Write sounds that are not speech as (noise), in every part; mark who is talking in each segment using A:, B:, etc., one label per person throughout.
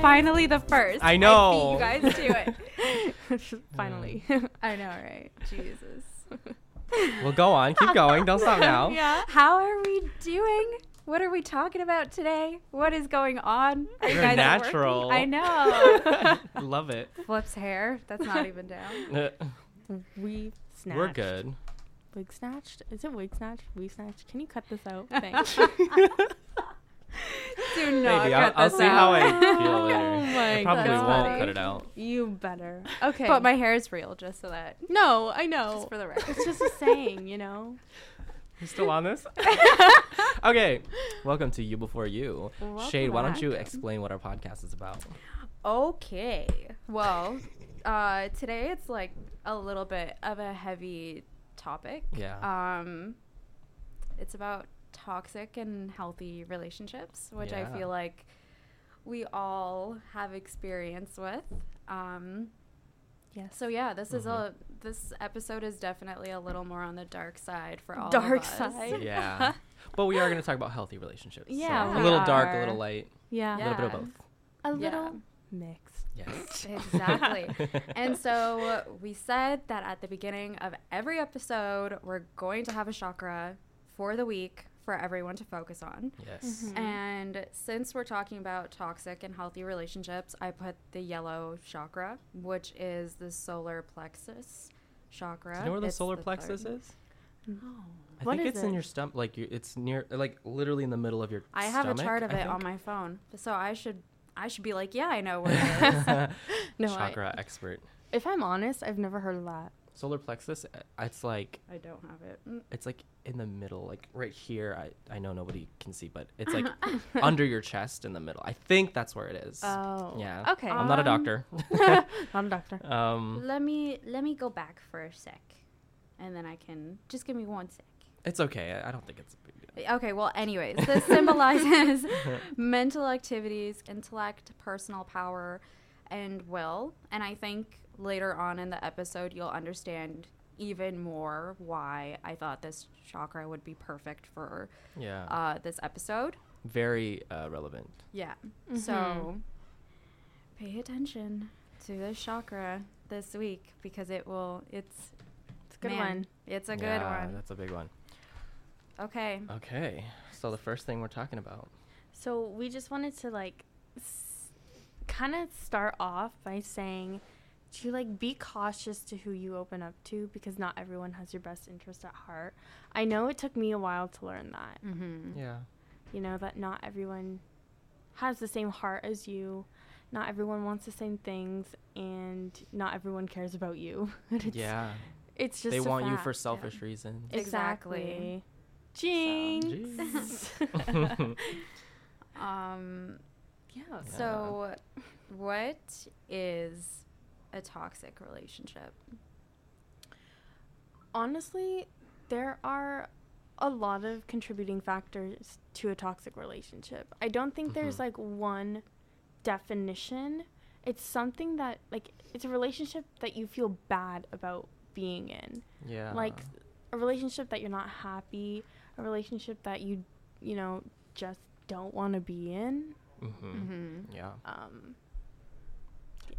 A: finally the first.
B: (laughs) I know.
A: I beat you guys to
C: Finally.
A: it. I know, right? Jesus.
B: (laughs) Well, go on. Keep going. Don't
A: (laughs)
B: stop now.
C: yeah.
A: How are we doing? What are we talking about today? What is going on? Are you
B: You're
A: guys at work?
B: natural.
A: I know.
B: (laughs)
A: (laughs)
B: Love it.
A: Flips hair. That's (laughs) not even down.
C: We snatched.
B: We're good.
C: Wig snatched? Is it wig snatched? We snatched? Can you cut this out? Thanks.
A: (laughs) Do not
B: Maybe I'll,
A: cut
B: I'll
A: this
B: see
A: out. Oh (laughs)
B: how I feel later.
C: my
B: I probably
A: God.
B: won't
A: Funny.
B: cut it out.
C: you better. Okay.
A: But my hair is real, just so that,
C: No, I know.
A: just for the record.
C: (laughs) it's just a
A: (laughs)
C: saying, you know.
B: You still on this? okay. Welcome to You Before You. Shade, why don't you explain what our podcast is about?
A: Okay. Well, uh, today it's like a little bit of a heavy topic.
B: (laughs) Yeah.
A: Um, it's about toxic and healthy relationships, which
B: Yeah.
A: I feel like we all have experience with. Um,
C: Yes.
A: so yeah, this is
B: Mhm.
A: a this episode is definitely a little more on the dark side for all. of
C: Dark
A: us.
C: side.
B: yeah.
A: (laughs)
B: But we are going to talk about healthy relationships. so
A: uh, Yeah,
B: a
A: we
B: little dark, a
A: are.
B: little light, a
C: Yeah.
B: little bit of
A: Yeah.
B: both.
C: A
A: Yeah.
C: little mixed.
B: Yes.
A: (laughs) Exactly.
C: (laughs)
B: (laughs)
A: and so we said that at the beginning of every episode, we're going to have a chakra for the week for everyone to focus on.
B: Yes.
A: Mm-hmm.
C: Mhm.
A: And since we're talking about toxic and healthy relationships, I put the yellow chakra, which is the solar plexus chakra.
B: Do you know where the
A: It's
B: solar plexus
A: third-
B: is?
A: (gasps) No.
B: I
C: What
B: think
C: is
B: it's in
C: it?
B: your stomach. Like you, it's near, like literally in the middle of your.
A: I have a
B: stomach,
A: chart of
B: I
A: it on
B: think.
A: my phone, so I should I should be like, yeah, I know where
B: (laughs)
A: it is.
C: No, I-
B: Chakra expert.
C: if I'm honest, I've never heard of that.
B: Solar plexus. uh, It's like
A: I don't have it. Mm.
B: it's like in the middle, like right here. I I know nobody can see, but it's
A: (laughs)
B: like under your chest in the middle. I think that's where it is.
C: Oh.
B: Yeah.
C: Okay.
B: I'm not a
A: Um,
B: doctor. (laughs)
C: Not a doctor.
B: um,
A: Let me let me go back for a sec, and then I can just give me one sec.
B: it's okay. I, I don't think it's a big deal.
A: Okay, well, anyways,
B: (laughs)
A: this symbolizes (laughs) mental activities, intellect, personal power, and will. And I think later on in the episode, you'll understand even more why I thought this chakra would be perfect for
B: Yeah.
A: uh, this episode.
B: Very uh, relevant.
A: Yeah. So
C: Mm-hmm.
A: pay attention to this chakra this week because it will, it's,
C: It's a good
A: man,
C: one.
A: It's a good
B: Yeah, Uh,
A: one. Mm.
B: That's a big one.
A: Okay.
B: Okay. So the first thing we're talking about.
C: So we just wanted to like s- kind of start off by saying to like be cautious to who you open up to because not everyone has your best interest at heart. I know it took me a while to learn that.
B: Mm.
A: Mm-hmm.
B: Yeah.
C: You know that not everyone has the same heart as you. Not everyone wants the same things and not everyone cares about you. (laughs) And it's,
B: Yeah.
C: It's just
B: They
C: a
B: want you for
C: fact.
B: selfish reasons.
A: Exactly.
C: Exactly. Jinx.
A: (laughs)
B: (laughs)
C: (laughs)
A: Um,
C: yeah.
B: Yeah.
A: So, what is a toxic relationship?
C: honestly, there are a lot of contributing factors to a toxic relationship. I don't think
B: Mhm.
C: there's like one definition. It's something that like it's a relationship that you feel bad about being in.
B: yeah.
C: Like a relationship that you're not happy, a relationship that you you know just don't want to be in.
B: hmm
A: Mm-hmm.
B: Yeah.
C: Um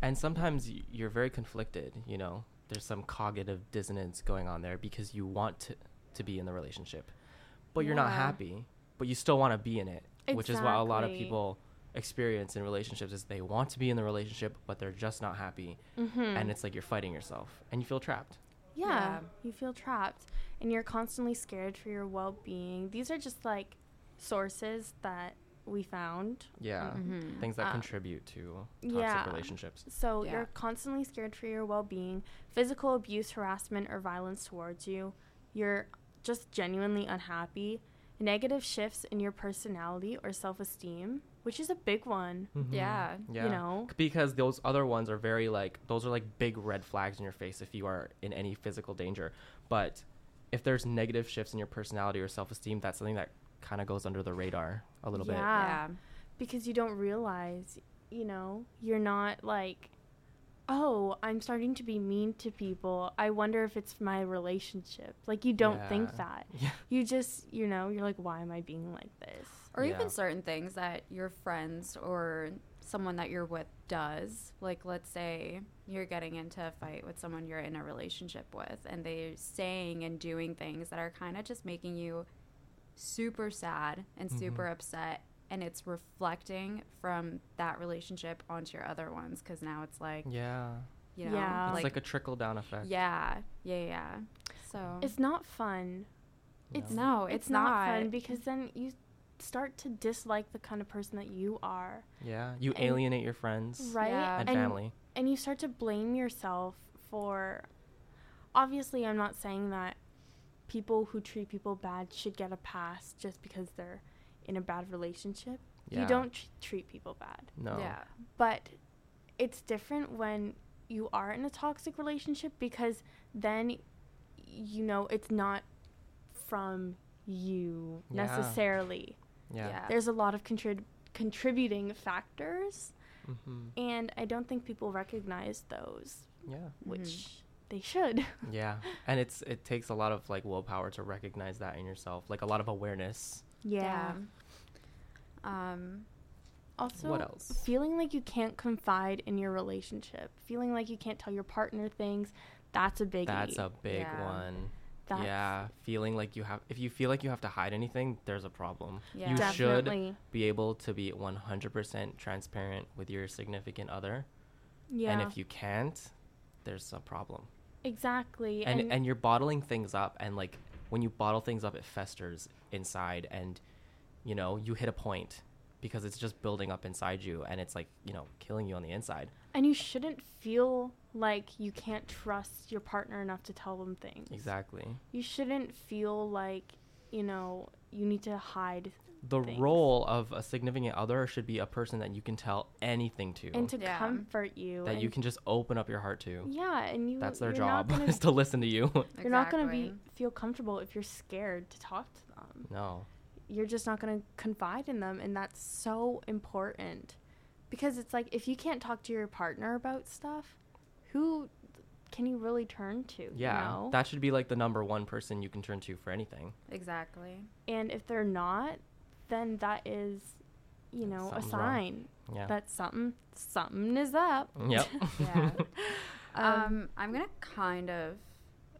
B: And sometimes y- you're very conflicted, you know. There's some cognitive dissonance going on there because you want to, to be in the relationship, but you're not
A: Yeah.
B: happy, but you still want to be in it, which is what a lot of
C: Exactly.
B: people experience in relationships is they want to be in the relationship, but they're just not happy,
C: Mm-hmm. Hmm.
B: and it's like you're fighting yourself and you feel trapped.
C: Yeah,
A: Yeah.
C: you feel trapped and you're constantly scared for your well being. These are just like sources that we found.
B: Yeah.
A: Mhm.
B: Things that
C: Uh,
B: contribute to toxic
C: yeah.
B: relationships.
C: So
A: Yeah.
C: you're constantly scared for your well being, physical abuse, harassment, or violence towards you. You're just genuinely unhappy, negative shifts in your personality or self esteem, which is a big one.
A: Yeah.
B: Mm-hmm. Yeah.
C: You know?
B: C- because those other ones are very like those are like big red flags in your face if you are in any physical danger but if there's negative shifts in your personality or self-esteem that's something that kind of goes under the radar a little
C: Yeah.
A: Ah.
C: because you don't realize, you know, you're not like, oh, I'm starting to be mean to people. I wonder if it's my relationship. Like, you don't
B: Yeah.
C: think that.
B: bit (laughs) yeah
C: You just, you know, you're like, why am I being like this?
A: Or
B: Yeah.
A: even certain things that your friends or someone that you're with does. Like, let's say you're getting into a fight with someone you're in a relationship with, and they're saying and doing things that are kind of just making you super sad and
B: Mhm.
A: super upset. And it's reflecting from that relationship onto your other ones because now it's like,
B: Yeah.
A: you know,
C: Yeah.
B: It's
A: like,
B: like, a trickle down effect.
A: yeah, yeah, yeah. So,
C: It's not fun.
B: you
C: it's-
B: know?
A: no,
C: it's not, fun because then you start to dislike the kind of person that you are,
B: Yeah. You
C: and-
B: alienate your friends
C: right?
A: Yeah.
B: and,
A: and-
B: family.
C: and you start to blame yourself for obviously i'm not saying that people who treat people bad should get a pass just because they're in a bad relationship
B: Yeah.
C: you don't tr- treat people bad
B: No.
A: Yeah.
C: but it's different when you are in a toxic relationship because then you know it's not from you
B: Yeah.
C: necessarily
B: Yeah.
A: Yeah.
C: there's a lot of contrib- contributing factors
B: hmm
C: and i don't think people recognize those
B: Yeah.
C: Mm-hmm.
A: Mm-hmm.
C: which they should. (laughs)
B: Yeah. And it's it takes a lot of like willpower to recognize that in yourself, like a lot of awareness.
A: Yeah. Um,
C: Also,
B: what else?
C: feeling like you can't confide in your relationship, feeling like you can't tell your partner things, that's a biggie.
B: That's a big
A: Yeah.
B: one.
C: That's
B: yeah, feeling like you have if you feel like you have to hide anything, there's a problem.
A: Yeah.
B: You should
C: definitely.
B: be able to be 100% transparent with your significant other.
C: Yeah.
B: And if you can't, there's a problem.
C: exactly.
B: and, and you're bottling things up and like when you bottle things up it festers inside and you know you hit a point because it's just building up inside you and it's like you know killing you on the inside
C: and you shouldn't feel like you can't trust your partner enough to tell them things.
B: exactly
C: You shouldn't feel like, you know, you need to hide
B: the
C: Thanks.
B: role of a significant other should be a person that you can tell anything to
C: and to
A: Yeah.
C: comfort you.
B: that
C: and,
B: you can just open up your heart to
C: Yeah, and you
B: that's their
C: you're not
B: job (laughs)
C: gonna
B: is to listen to
C: (laughs)
B: you
C: You're not going to be
A: Exactly.
C: feel comfortable if you're scared to talk to them.
B: no
C: You're just not going to confide in them and that's so important. Because it's like if you can't talk to your partner about stuff, who can you really turn to? you
B: yeah
C: know?
B: that should be like the number one person you can turn to for anything
A: Exactly.
C: and if they're not, then that is you know, a
B: Something's wrong.
C: sign
B: yeah
C: that something something is up.
B: (laughs) yep
A: (laughs) Yeah.
C: Um,
A: Um, I'm gonna kind of,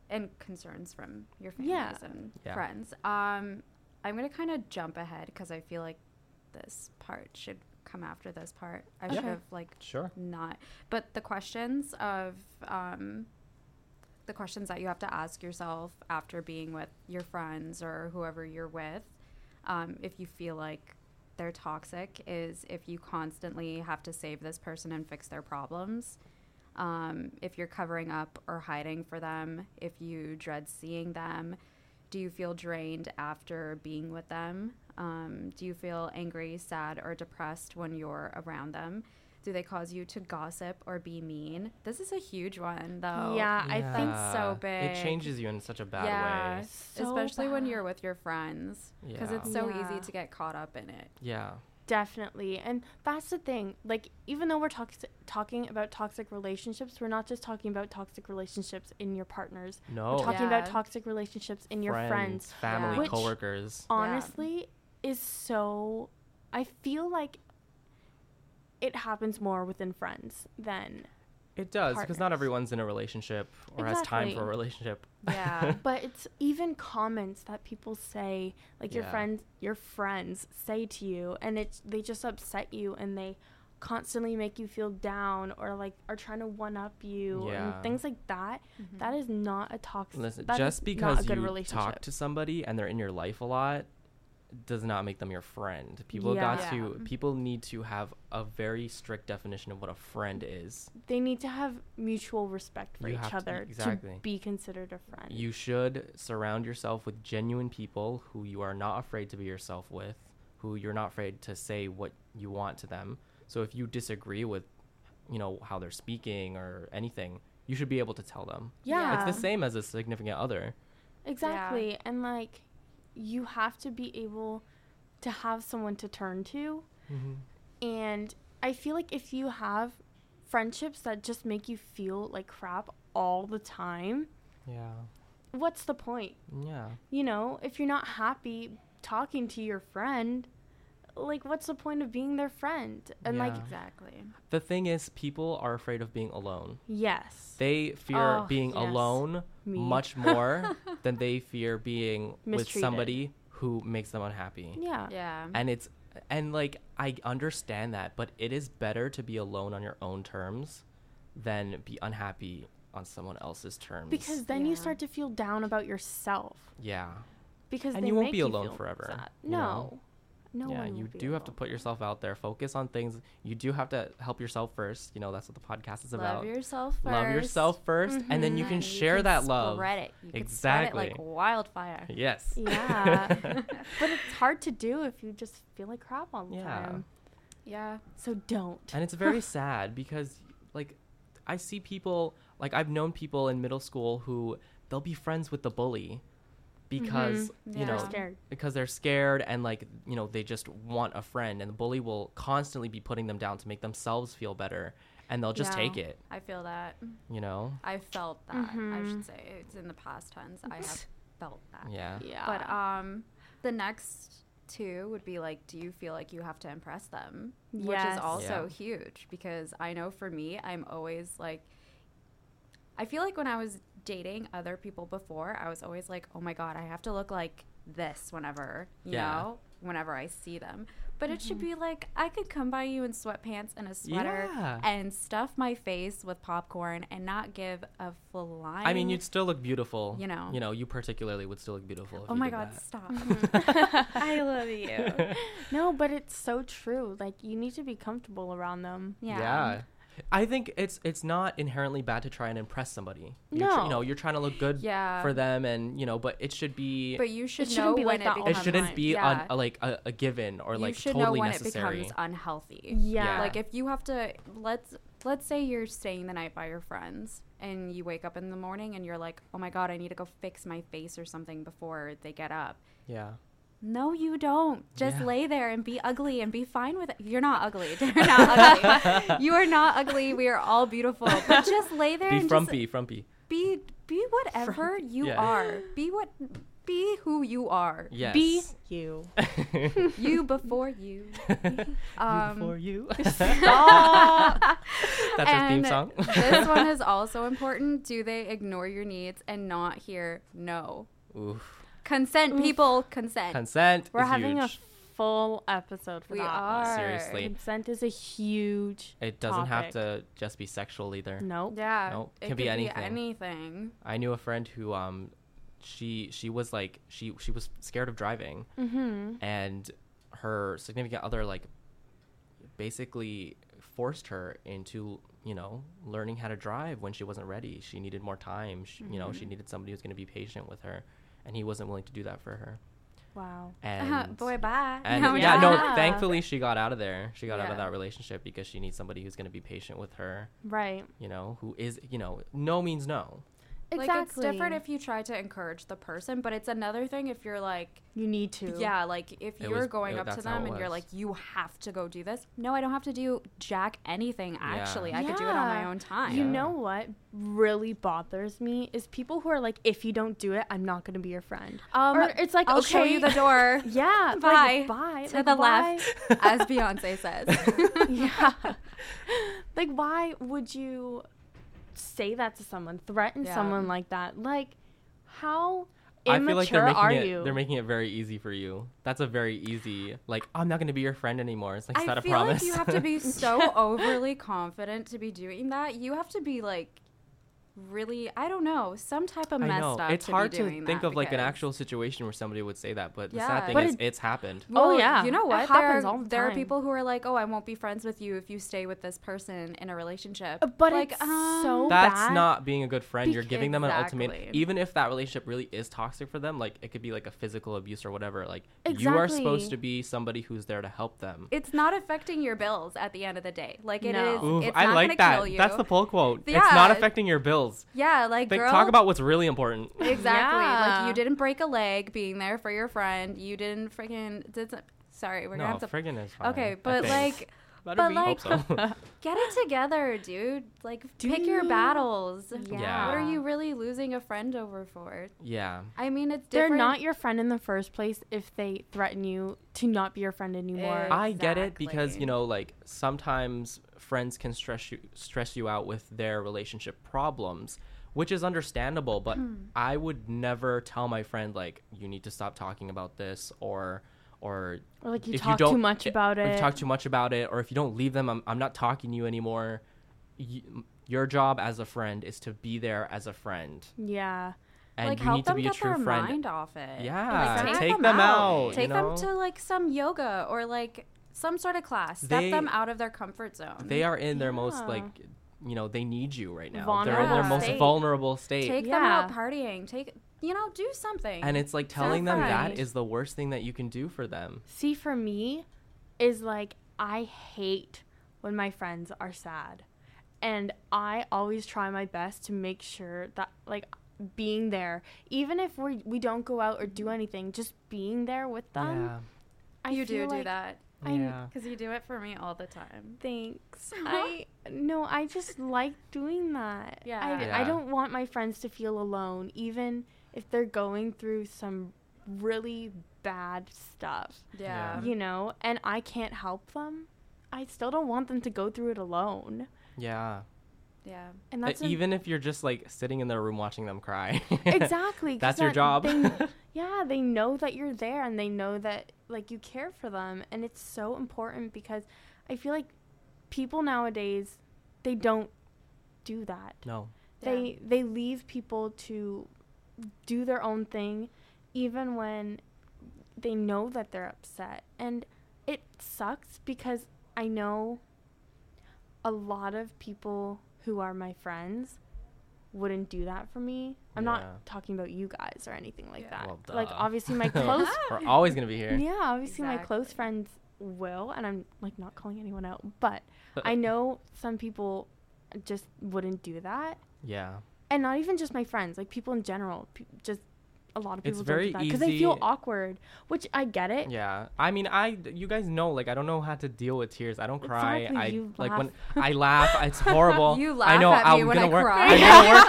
A: and concerns from your families
C: Yeah.
A: and
B: Yeah.
A: friends. Um, I'm gonna kind of jump ahead because I feel like this part should come after this part. I should
C: Okay.
A: have like
B: sure
A: not, but the questions of um, the questions that you have to ask yourself after being with your friends or whoever you're with, um, if you feel like they're toxic, is if you constantly have to save this person and fix their problems, um, if you're covering up or hiding for them, if you dread seeing them, do you feel drained after being with them? Um, do you feel angry, sad, or depressed when you're around them? Do they cause you to gossip or be mean? This is a huge one, though.
C: yeah, I think
A: Yeah. so
B: It
A: big.
B: changes you in such a bad
A: Yeah.
B: way.
C: so
A: especially when
C: bad.
A: you're with your friends because
B: Yeah.
A: it's so
C: Yeah.
A: easy to get caught up in it
B: Yeah.
C: Definitely. And that's the thing. Like, even though we're toxic talking about toxic relationships, we're not just talking about toxic relationships in your partners.
B: No.
C: We're talking about
A: Yeah.
C: toxic relationships in your friends.
B: family,
A: Yeah. Which-
B: coworkers.
C: Honestly, is so. I feel like it happens more within friends than.
B: It does because not
C: partners.
B: everyone's in a relationship or has time for a
C: Exactly.
B: relationship. (laughs)
A: yeah
C: But it's even comments that people say, like your
B: Yeah.
C: friends, your friends say to you, and it's they just upset you, and they constantly make you feel down, or like are trying to one up you,
B: Yeah.
C: and things like that.
A: Mhm.
C: That is not a toxic.
B: Listen,
C: that
B: just
C: is
B: because
C: not a good
B: you
C: relationship.
B: talk to somebody and they're in your life a lot does not make them your friend. People
C: Yeah.
B: got
A: Yeah.
B: to people need to have a very strict definition of what a friend is.
C: they need to have mutual respect for
B: You have
C: each
B: to-
C: other
B: exactly.
C: to be considered a friend.
B: You should surround yourself with genuine people who you are not afraid to be yourself with, who you're not afraid to say what you want to them. So if you disagree with, you know, how they're speaking or anything, you should be able to tell them.
C: yeah,
B: It's the same as a significant other.
C: exactly. And like, you have to be able to have someone to turn to.
B: Mm-hmm.
C: And I feel like if you have friendships that just make you feel like crap all the time,
B: Yeah.
C: what's the point?
B: Yeah.
C: You know, if you're not happy talking to your friend, like what's the point of being their friend? And like
B: Yeah.
A: Exactly.
B: The thing is, people are afraid of being alone.
C: yes.
B: They fear
C: Oh,
B: being
C: yes.
B: alone
C: Me. (laughs)
B: much more than they fear being with
C: Mistreated.
B: somebody who makes them unhappy.
C: yeah.
A: Yeah.
B: And it's and like I understand that, but it is better to be alone on your own terms than be unhappy on someone else's terms.
C: Because then
A: Yeah.
C: you start to feel down about yourself
B: yeah,
C: because
B: And
C: they
B: you won't
C: make
B: be alone
C: feel
B: forever,
C: sad.
B: you
C: No.
B: know?
C: No
B: yeah,
C: one
B: you
C: will be
B: do have to
C: alone.
B: put yourself out there. Focus on things. You do have to help yourself first. You know that's what the podcast is
A: Love
B: about.
A: yourself first.
B: Love yourself 1st and then you
A: Mhm.
B: can
A: And
C: Mm-hmm.
B: share
A: can
B: that love.
A: Spread it. You can spread it like
B: Exactly. (laughs)
A: wildfire.
B: Yes. (laughs)
C: Yeah. but it's hard to do if you just feel like crap all the
B: Yeah.
C: time.
A: Yeah.
C: So don't.
B: And it's
A: (laughs)
B: very sad because, like, I see people, like, I've known people in middle school who they'll be friends with the bully
A: Mhm.
B: because, you
C: They're
B: know,
A: Yeah.
C: scared.
B: because they're scared and, like, you know, they just want a friend. And the bully will constantly be putting them down to make themselves feel better. And they'll just
C: Yeah.
B: take it,
A: I feel that.
B: you know?
A: I felt that. I
C: Mhm.
A: should say it's in the past tense. I have felt that.
B: Yeah.
C: Yeah.
A: But um, the next two would be like, do you feel like you have to impress them? Which
C: Yes.
A: is also huge because I know for me, I'm always like, I feel like when I was dating other people before, I was always like, oh my God, I have to look like this whenever, you
B: Yeah.
A: know, whenever I see them. But it
C: Mm-hmm.
A: should be like, I could come by you in sweatpants and a sweater
B: Yeah.
A: and stuff my face with popcorn and not give a flying.
B: I mean, you'd still look beautiful.
A: You know.
B: You know, you particularly would still look beautiful. If
A: Oh
B: you
A: my
B: did
A: God,
B: that. (laughs)
A: stop.
C: (laughs) I love you. No, but it's so true. Like you need to be comfortable around them.
A: Yeah.
B: I think it's it's not inherently bad to try and impress somebody. You're tr-
C: No.
B: you know, you're trying to look good
A: Yeah.
B: for them and, you know, but it should be
A: But you should
C: shouldn't
A: know
C: be
A: when
C: like
A: it
C: that all the
A: becomes
B: it shouldn't
C: time.
B: be
A: yeah.
B: on a, like a, a given or like
A: you should
B: totally
A: know when
B: necessary.
A: it becomes unhealthy.
C: Yeah. (laughs)
A: Like if you have to let's let's say you're staying the night by your friends and you wake up in the morning and you're like, "Oh my god, I need to go fix my face or something before they get up."
B: yeah.
A: No, you don't. Just
B: Yeah.
A: lay there and be ugly and be fine with it. You're not ugly. (laughs) You're
B: (laughs)
A: not ugly. you are not ugly. We are all beautiful. But
B: (laughs)
A: just lay there
B: Be
A: and just
B: frumpy, frumpy.
A: be be whatever you
B: yeah.
A: are. Be what be who you are.
B: Yes.
C: Be you.
B: (laughs)
C: (laughs)
B: You
A: You before
B: (laughs)
A: you. Um,
B: before you.
A: (laughs)
B: (laughs)
A: Stop.
B: That's your theme
A: And
B: song.
A: this one is also important. Do they ignore your needs and not hear no?
B: (laughs) Oof.
A: Consent,
C: Oof.
A: people, consent.
B: Consent.
C: We're
B: is
C: having
B: huge.
C: a full episode for
A: we
C: that.
A: are.
B: Seriously.
C: Consent is a huge.
B: It doesn't have
C: topic.
B: to just be sexual either.
C: Nope.
A: Yeah.
B: Nope.
A: It
B: Can be
A: could
B: anything.
A: anything.
B: I knew a friend who um she she was like she she was scared of driving
A: Mm.
C: Mm-hmm.
B: and her significant other like basically forced her into you know learning how to drive when she wasn't ready she needed more time she, you know she
A: Mm-hmm.
B: needed somebody who's going to be patient with her and he wasn't willing to do that for her
C: Wow.
B: and
A: Uh-huh. Boy, bye.
B: (laughs) and
A: No,
B: yeah, no
A: yeah.
B: thankfully she got out of there she got out of
A: Yeah.
B: that relationship because she needs somebody who's going to be patient with her
C: Right.
B: you know who is you know no means no
A: Like it's different if you try to encourage the person, but it's another thing if you're like,
C: you need to.
A: yeah, like if
B: It
A: you're
B: was-
A: going
B: it-
A: up to
B: that's how
A: them
B: it
A: and you're
B: was.
A: like, you have to go do this. No, I don't have to do jack anything. Actually, I could do it on my
C: Yeah.
A: own time.
C: You
B: Yeah.
C: know what really bothers me is people who are like, if you don't do it, I'm not going to be your friend.
A: Um,
C: or it's like,
A: I'll
C: okay,
A: show you the (laughs) door.
C: (laughs) Yeah.
A: (laughs) Bye.
C: like, bye.
A: to
C: like,
A: the
C: why-
A: left, as Beyonce (laughs) says.
C: (laughs)
A: (laughs)
C: yeah. Like, why would you say that to someone, threaten
A: Yeah.
C: someone like that? Like, how
B: I
C: immature
B: feel like they're making
C: are
B: it
C: you?
B: they're making it very easy for you. That's a very easy like I'm not going to be your friend anymore. It's like it's
A: I
B: not a
A: feel
B: promise.
A: like you have to
B: (laughs)
A: be so overly confident to be doing that. You have to be like really, I don't know, some type of
B: I
A: messed
B: know.
A: up.
B: It's
A: to
B: hard
A: be
B: to
A: doing
B: think
A: that
B: of like an
A: because-
B: actual situation where somebody would say that, but the
A: Yeah.
B: sad thing
A: But
B: is
C: it-
B: it's happened.
C: Oh,
A: Well,
C: yeah.
A: You know
C: It
A: what? There
C: happens
A: are,
C: all the
A: there are
C: time.
A: people who are like, "Oh, I won't be friends with you if you stay with this person in a relationship."
C: Uh, but
A: like, um,
C: it's so-
B: That's
C: bad
B: not being a good friend. You're
C: bec-
B: giving them an ultimatum.
A: Exactly.
B: Even if that relationship really is toxic for them, like it could be like a physical abuse or whatever. Like you are
C: Exactly.
B: supposed to be somebody who's there to help them.
A: it's not affecting your bills at the end of the day. Like it is.
C: No. Ooh,
A: it's
B: I
A: not
B: like
A: gonna
B: that.
A: kill you.
B: That's the poll quote. It's
A: Yeah.
B: not affecting your bills.
A: yeah, like
B: Think,
A: girl,
B: talk about what's really important.
A: Exactly. Like
C: Yeah.
A: you didn't break a leg being there for your friend. You didn't freaking did some- sorry, we're
B: no,
A: gonna have to
B: friggin' is fine.
A: Okay,
B: I
A: but
B: think.
A: like
C: Better
A: But,
C: be.
A: like-
B: Hope
A: (laughs)
B: so. (laughs)
A: Get it together, dude. Like, pick your
C: Dude.
A: battles.
B: Yeah.
A: What are you really losing a friend over for?
B: yeah.
A: I mean, it's
C: They're
A: different.
C: not your friend in the first place if they threaten you to not be your friend anymore.
A: Eh.
B: I get it because
A: Exactly.
B: you know, like sometimes friends can stress you stress you out with their relationship problems, which is understandable. But
A: Hmm.
B: I would never tell my friend like you need to stop talking about this or or
C: or like you
B: if
C: talk
B: you don't,
C: too much
B: i-
C: about
B: if
C: it.
B: you talk too much about it, or if you don't leave them, I'm, I'm not talking to you anymore. Y your job as a friend is to be there as a friend,
C: yeah.
B: and
A: like,
B: you
A: help
B: need to
A: them
B: be a
A: get
B: true
A: their
B: friend.
A: mind off it.
B: Yeah,
A: Like,
B: take them out, you
A: Take
B: know?
A: them to like some yoga or like some sort of class. Step
B: They-
A: them out of their comfort zone.
B: They are in their most
C: Yeah.
B: like, you know, they need you right now. They're in their
A: Vulnerable
B: most
A: state.
B: vulnerable state,
A: take them
C: Yeah.
A: out partying. Take you know, do something.
B: and it's like telling them that
C: terrifying.
B: is the worst thing that you can do for them.
C: See, for me, is like I hate when my friends are sad, and I always try my best to make sure that like being there, even if we we don't go out or
B: Mm-hmm.
C: do anything, just being there with them. I
A: you do
C: feel
A: do
C: like
A: that
B: yeah,
C: I'm-
B: yeah.
A: because you do it for me all the time.
C: Thanks. I no, I just like doing that.
A: Yeah.
C: I,
B: Yeah.
C: I don't want my friends to feel alone, even if they're going through some really bad stuff.
A: Yeah.
C: You know, and I can't help them. I still don't want them to go through it alone.
B: yeah.
A: Yeah.
C: And
B: Uh,
C: that's a-
B: Even if you're just like sitting in their room watching them cry. (laughs)
C: exactly 'cause
B: That's your
C: that-
B: job.
C: (laughs) they- yeah, they know that you're there and they know that like you care for them and it's so important because I feel like people nowadays they don't do that.
B: no.
C: they they leave people to do their own thing even when they know that they're upset and it sucks because i know a lot of people who are my friends wouldn't do that for me i'm
B: Yeah.
C: not talking about you guys or anything like
A: Yeah.
C: that
B: Well,
C: like
B: duh. (laughs)
C: obviously my close
B: We're always gonna be here.
C: yeah obviously my close
A: Exactly.
C: friends will and i'm like not calling anyone out
B: (laughs)
C: but i know some people just wouldn't do that
B: Yeah.
C: and not even just my friends, like people in general, pe- just a lot of
B: It's
C: people
B: very
C: don't do that because they feel
B: easy-
C: awkward, which I get it.
B: Yeah. I mean, I you guys know like I don't know how to deal with tears. I don't cry.
C: Exactly,
B: I
C: you
B: like
C: laugh.
B: when I laugh, it's
C: (laughs)
B: horrible.
A: You
B: I
A: laugh
B: know
A: at me
B: I'm
A: when
B: gonna
A: I
B: work.
A: cry.
B: I'm gonna work.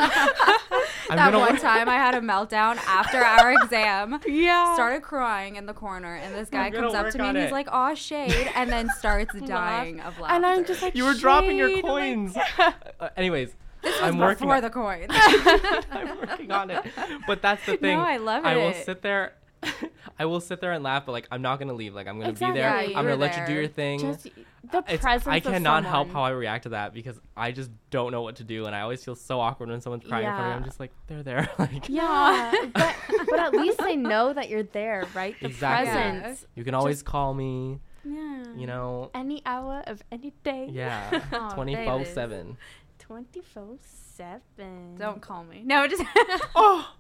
A: (laughs)
B: I'm
A: that
B: gonna
A: one
B: work.
A: time I had a meltdown after our
B: (laughs)
A: exam.
C: Yeah.
A: Started crying in the corner, and this guy
B: I'm gonna
A: comes up
B: work
A: to me
B: on
A: and he's
B: it.
A: like, "Aw, shade," and
B: (laughs)
A: then starts
C: Laugh.
A: dying of laughter.
C: and I'm just like,
B: You were dropping your
C: "Shade, oh my
B: coins.
C: God."
B: Uh, anyways, (laughs)
A: this was
B: I'm working.
A: before
B: on-
A: the coin.
B: (laughs)
A: (laughs)
B: I'm working on it. But that's the thing.
A: No, I love it.
B: I will sit there. I will sit there and laugh, but like I'm not gonna leave. Like I'm gonna be there.
C: Exactly. Yeah, you
B: I'm gonna
A: were
B: let you do
A: there.
B: your thing.
C: just the
B: It's-
C: presence.
B: I cannot
C: of
B: help how
C: someone.
B: I react to that because I just don't know what to do, and I always feel so awkward when someone's crying in front of me. I'm
C: Yeah.
B: just like, they're there. (laughs) like
A: (laughs)
C: Yeah,
A: Yeah.
C: but, but at least they know that you're there, right? The
B: Exactly.
C: presence.
B: you can always call me.
A: Yeah.
C: Mm.
B: You know.
C: Any hour of any day.
B: Yeah,
C: (laughs)
A: Aw,
B: twenty four seven.
C: Twenty four seven.
B: (laughs)
A: Don't call me. No, just. (laughs)
B: Oh,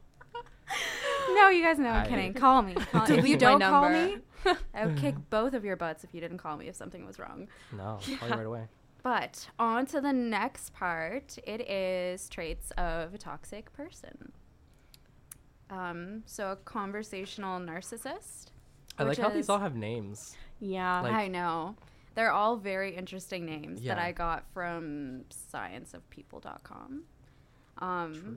A: No, you guys know I'm
B: I-
A: kidding. Call me. Call, if you
C: Delete my
A: don't call me,
C: number.
A: I would kick both of your butts if you didn't call me if something was wrong.
B: no! Call you right
C: (laughs)
B: away.
A: But on to the next part. It is traits of a toxic person. Um, so a conversational narcissist.
B: I like
A: which
B: how these
A: is-
B: all have names.
C: Yeah.
B: Like-
A: I know. They're all very interesting names that
B: Yeah.
A: I got from scienceofpeople.com. Um,
C: Mm-hmm.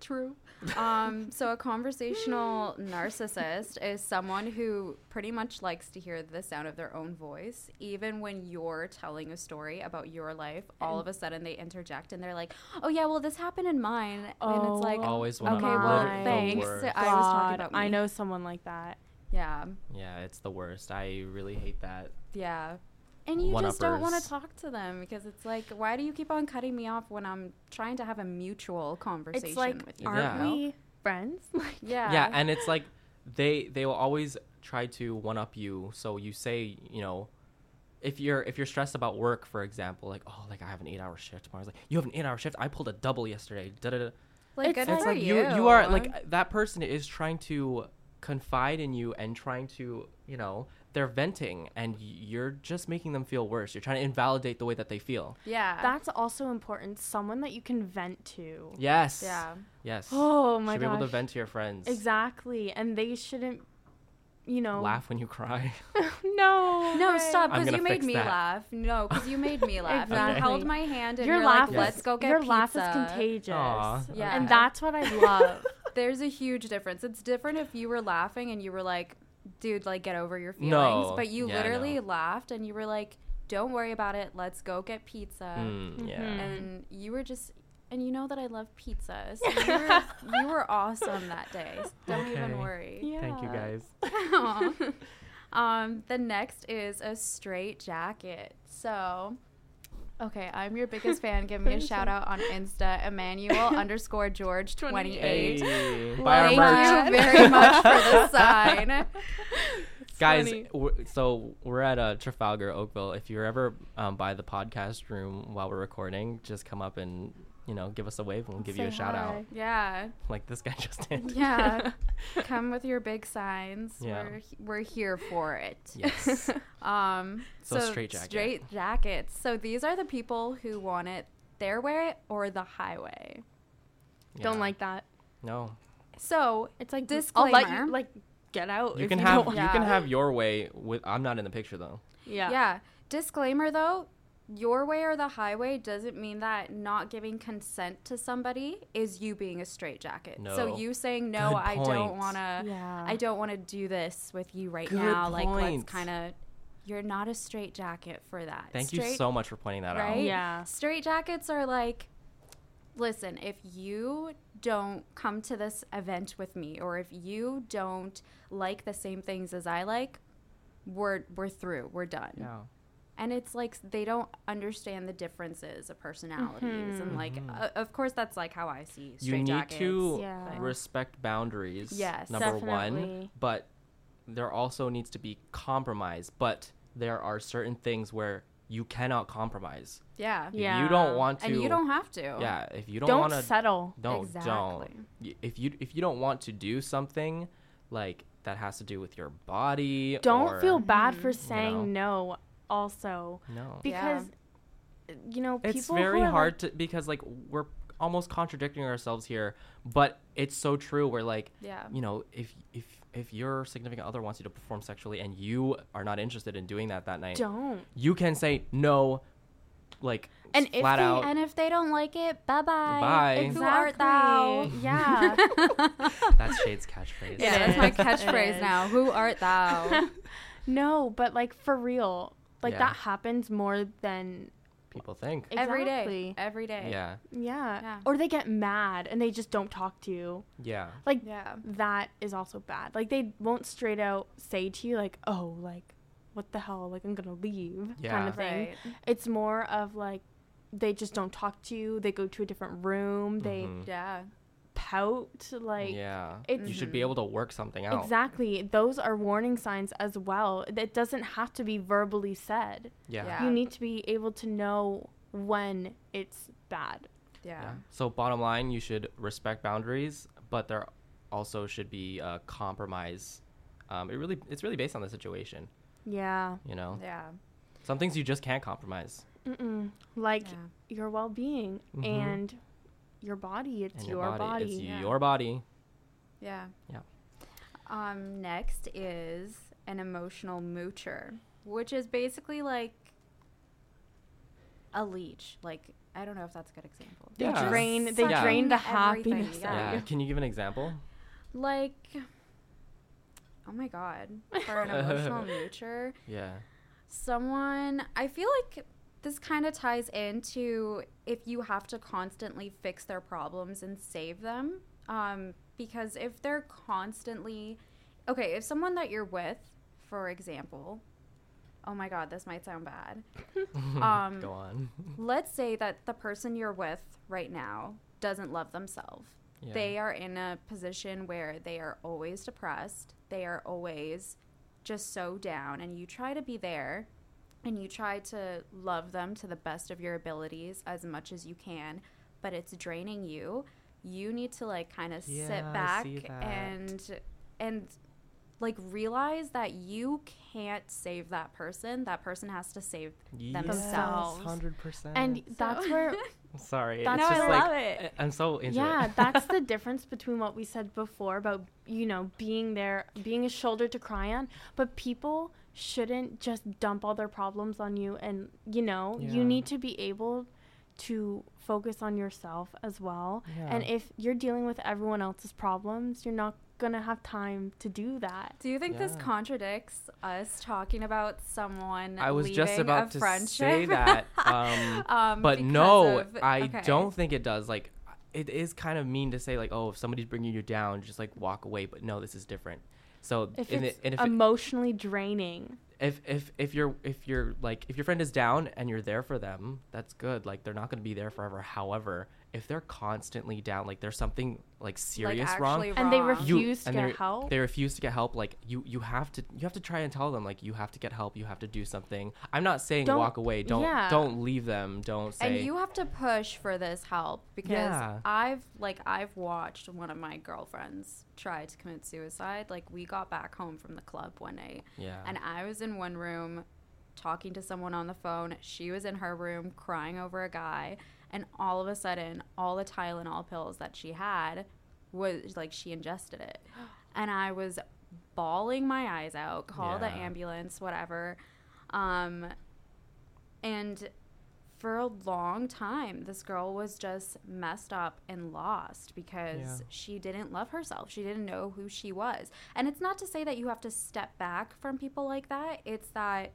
A: True.
C: Uh,
A: Um, so, a conversational narcissist is someone who pretty much likes to hear the sound of their own voice. Even when you're telling a story about your life, all of a sudden they interject and they're like, oh, yeah, well, this happened in mine. and
C: Oh,
A: it's like,
B: Always want
A: okay,
B: to
A: well,
C: my
A: thanks.
B: Word.
A: I was talking
C: God,
A: about
C: I
A: me.
C: know someone like that.
A: yeah,
B: Yeah, it's the worst. I really hate that.
A: yeah. And you just don't want
B: One-uppers.
A: to talk to them because it's like, why do you keep on cutting me off when I'm trying to have a mutual conversation
C: It's like,
A: with you?
C: aren't
B: Yeah.
C: we friends? (laughs) Like,
A: Yeah.
B: yeah and it's like they they will always try to one up you so you say you know if you're if you're stressed about work for example like oh like i have an eight hour shift tomorrow it's like you have an eight hour shift i pulled a double yesterday da, da, da.
A: like,
C: It's
A: good
B: it's
A: for
B: like
A: you.
B: you you are like that person is trying to confide in you and trying to you know they're venting and you're just making them feel worse you're trying to invalidate the way that they feel
A: yeah.
C: That's also important. Someone that you can vent to.
B: yes
A: yeah.
B: yes
C: (gasps) Oh my
B: should be able to
C: god.
B: vent to your friends
C: Exactly. And they shouldn't you know
B: Laugh when you cry.
C: (laughs)
B: (laughs)
C: no
A: No,
C: way.
A: stop,
B: I'm
A: because
B: gonna
A: you made
B: fix
A: me
B: that.
A: laugh. No, because you made
C: (laughs)
A: me laugh.
C: Exactly.
A: You held my hand and
C: your
A: you're
C: laugh
A: like, let's
C: is,
A: go get
C: your
A: pizza.
C: laugh is contagious
B: Aw,
A: Yeah.
C: and
A: (laughs)
C: that's what i love
A: There's a huge difference. It's different if you were laughing and you were like, dude, like get over your feelings.
B: No.
A: But you
B: Yeah, I
A: literally
B: know.
A: laughed and you were like, don't worry about it. Let's go get pizza.
B: Mm, yeah.
A: And you were just, and you know that I love pizza.
C: (laughs)
A: So you were, you were awesome that day. So don't
B: Okay.
A: even worry.
B: Thank you
C: Yeah.
B: guys.
A: (laughs) Aw. um, the next is a straight jacket. So. Okay, I'm your biggest fan. Give
B: (laughs)
A: me a shout out on Insta, Emmanuel underscore George twenty eight.
B: Hey.
A: Thank
B: Buy our merch.
A: you very much for
B: (laughs)
A: the sign.
B: guys
C: funny.
B: w- so we're at uh, trafalgar oakville if you're ever um, by the podcast room while we're recording just come up and you know give us a wave and we'll give you
C: Say
B: a shout out
C: hi.
A: Yeah,
B: like this guy (laughs) just did
C: (laughs)
A: yeah.
B: (laughs)
A: Come with your big signs.
B: Yeah.
A: We're we're here for it.
B: yes
A: (laughs) Um.
B: So straight jacket.
A: Straight jackets. So these are the people who want it their way or the highway.
B: Yeah.
C: don't like that
B: no
A: So
C: it's like
A: Disclaimer.
C: i'll let you like get out
B: you
C: if
B: can
C: you
B: have
C: don't-
B: you
A: Yeah.
B: can have your way with i'm not in the picture though
C: yeah
A: yeah. Disclaimer though, your way or the highway doesn't mean that not giving consent to somebody is you being a straitjacket.
B: No.
A: So you saying no,
B: Good
A: I
B: point.
A: don't want to
C: Yeah.
A: I don't want to do this with you right
B: Good
A: now. Like
B: point.
A: let's kind of you're not a straitjacket for that.
B: thank you
A: Straight-
B: so much for pointing that
A: right?
B: out
C: Yeah.
A: Straight jackets are like, listen, if you don't come to this event with me, or if you don't like the same things as I like, we're we're through. We're done.
B: yeah
A: And it's like s- they don't understand the differences of personalities, and like,
B: Mhm.
A: uh, of course, that's like how I see straight
B: you need
A: jackets.
B: to
C: Yeah.
B: respect boundaries
A: Yes.
B: number one
C: Definitely.
B: but there also needs to be compromise but there are certain things where you cannot compromise
A: yeah.
B: If
C: Yeah.
B: you don't want to
A: and you don't have to.
B: yeah if you don't,
C: don't
B: want to
C: settle
B: don't don't
A: Exactly.
B: Y- if you if you don't want to do something like that has to do with your body
C: don't
B: or-
C: feel bad for saying
B: know.
C: no also
B: no
A: Mm-hmm. Yeah.
C: because you know people
B: it's
C: who
B: very
C: are, like-
B: hard to because like we're almost contradicting ourselves here but it's so true we're like
A: Yeah.
B: you know if if if your significant other wants you to perform sexually and you are not interested in doing that that night
C: don't
B: you can say no like
C: And if
B: flat
C: they-
B: out
A: And if they don't like it, bye bye.
B: Bye.
A: Who art thou? (laughs)
C: Exactly. Yeah.
B: (laughs) that's shade's catchphrase
A: Yeah,
C: (laughs) It
A: that's my
C: is. It
A: catchphrase
C: is.
A: now. Who art thou?
C: no, but like for real, like
B: Yeah.
C: that happens more than
B: people think
A: (laughs)
C: exactly.
A: Every day. Every day.
B: yeah
C: Yeah.
A: Yeah.
C: Or they get mad and they just don't talk to you.
B: yeah
C: Like
A: Yeah.
C: that is also bad. Like they won't straight out say to you like, "Oh, like what the hell? Like I'm going to leave."
B: Yeah.
C: kind of thing. It's more of like they just don't talk to you. They go to a different room. They
B: Mhm.
A: Yeah.
C: pout like
B: yeah
C: it's
B: you should be able to work something out
C: Exactly. Those are warning signs as well. It doesn't have to be verbally said.
B: yeah.
A: Yeah.
C: You need to be able to know when it's bad.
A: Yeah.
B: Yeah. so bottom line you should respect boundaries but there also should be a compromise um, it really it's really based on the situation
C: Yeah.
B: you know
A: Yeah.
B: some things you just can't compromise
C: Mm-mm. Like
A: Yeah.
C: your well being
B: Mhm.
C: and your body. It's
B: And
C: your, body.
B: it's
A: Yeah.
B: your body
A: Yeah.
B: Yeah.
A: Um, next is an emotional moocher, which is basically like a leech. Like I don't know if that's a good example.
C: They
B: Yeah.
C: drain. They
B: Yeah.
C: drain the
A: Everything,
C: happiness. out of
A: Yeah.
B: yeah.
C: you.
B: can you give an example
A: Like oh my god. For
B: (laughs)
A: an emotional moocher.
B: yeah
A: someone i feel like this kind of ties into if you have to constantly fix their problems and save them um, because if they're constantly okay if someone that you're with for example oh my god this might sound bad Um,
B: (laughs) Mm-hmm. go on
A: let's say that the person you're with right now doesn't love themselves
B: yeah.
A: they are in a position where they are always depressed. They are always just so down. And you try to be there and you try to love them to the best of your abilities as much as you can, but it's draining you. You need to like kind of
B: Yeah,
A: sit
B: I
A: back
B: see that.
A: and and like realize that you can't save that person. That person has to save
B: Yes,
A: themselves.
B: 100%
A: (laughs)
C: And that's where
B: Sorry.
C: That's-
B: it's
C: No,
B: just
C: I
B: like,
A: love it.
B: I- I'm so into
C: yeah,
B: it.
C: that's the difference between what we said before about you know being there, being a shoulder to cry on. But people shouldn't just dump all their problems on you, and you know
B: Yeah.
C: you need to be able to focus on yourself as well. And
B: Yeah.
C: if you're dealing with everyone else's problems, you're not gonna have time to do that.
A: Do you think this
B: Yeah.
A: contradicts us talking about someone?
B: (laughs) I was
A: leaving
B: just
A: a
B: about to
A: friendship?
B: say that. Um,
A: (laughs) Um,
B: but
A: because
B: no,
A: of-
B: I
A: okay.
B: don't think it does. Like, it is kind of mean to say like, oh, if somebody's bringing you down, just like walk away. But no, this is different. So
C: If
B: and,
C: it's
B: it- and if, it-
C: emotionally draining,
B: if if if you're if you're like if your friend is down and you're there for them, that's good. Like they're not going to be there forever. However, if they're constantly down, like there's something like
A: Like,
B: serious wrong,
A: actually
C: and they
A: wrong.
C: refuse to
B: and
C: get
B: they-
C: help.
B: They refuse to get help. Like you, you have to, you have to try and tell them like you have to get help. You have to do something. I'm not saying
C: Don't-
B: walk away. Don't,
C: yeah.
B: don't leave them. Don't say.
A: and you have to push for this help because
B: Yeah.
A: i've like i've watched one of my girlfriends try to commit suicide like we got back home from the club one night
B: yeah.
A: and i was in one room talking to someone on the phone she was in her room crying over a guy and all of a sudden all the tylenol pills that she had was like she ingested
B: (gasps)
A: it and i was bawling my eyes out call the
B: Yeah.
A: ambulance whatever um and for a long time, this girl was just messed up and lost because
B: Yeah.
A: she didn't love herself. She didn't know who she was. And it's not to say that you have to step back from people like that. It's that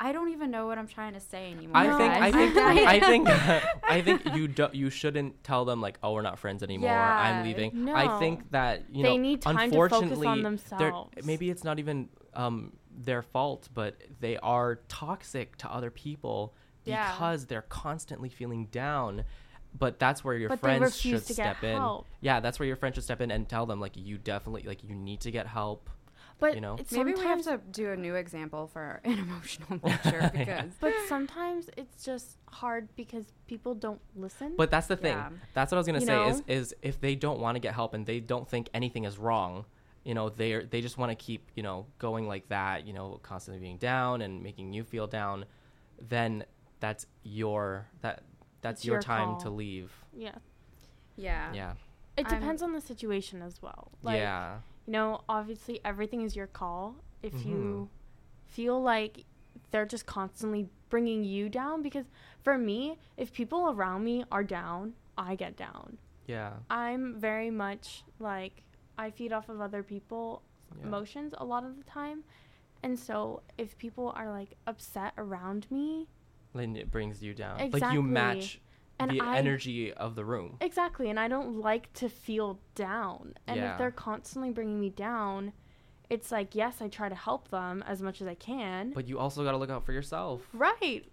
A: I don't even know what I'm trying to say anymore.
B: I
C: No,
B: think I
A: guys. (laughs)
B: think
C: I-
B: I think
C: (laughs)
B: I think you do, you shouldn't tell them like oh we're not friends anymore
A: Yeah,
B: I'm leaving. I
C: no.
B: think that you know
C: They need time to focus on
B: unfortunately they're-
C: themselves.
B: maybe it's not even um, their fault, but they are toxic to other people
A: Yeah.
B: because they're constantly feeling down. But that's where your
C: But they
B: friends
C: refuse
B: should
C: to get
B: step in.
C: help.
B: Yeah, that's where your friends should step in and tell them like you definitely like you need to get help.
C: but
B: you know?
C: it's
A: Maybe we have
C: sometimes-
A: to do a new example for an (laughs) emotional vulture
B: (laughs) Yeah.
A: because
C: But sometimes it's just hard because people don't listen.
B: But that's the thing.
A: Yeah.
B: That's what I was gonna
C: You
B: say
C: know?
B: is is if they don't want to get help and they don't think anything is wrong, you know, they are they just want to keep you know going like that, you know, constantly being down and making you feel down, then that's your that that's
C: It's
B: your,
C: your
B: time
C: call.
B: to leave.
C: yeah,
A: yeah.
B: Yeah,
C: it
A: I'm-
C: depends on the situation as well. Like,
B: yeah,
C: you know, obviously everything is your call. If you
B: Mm-hmm.
C: feel like they're just constantly bringing you down, because for me, if people around me are down, I get down.
B: yeah.
C: I'm very much like I feed off of other people
B: Yeah.
C: emotions a lot of the time. And so if people are like upset around me,
B: Then it brings you down. Like you
C: Exactly.
B: match
C: And
B: the
C: I-
B: energy of the room.
C: Exactly, and I don't like to feel down. And
B: Yeah.
C: if they're constantly bringing me down, it's like yes, I try to help them as much as I can.
B: But you also got to look out for
C: (laughs)
B: yourself. (laughs)
C: right.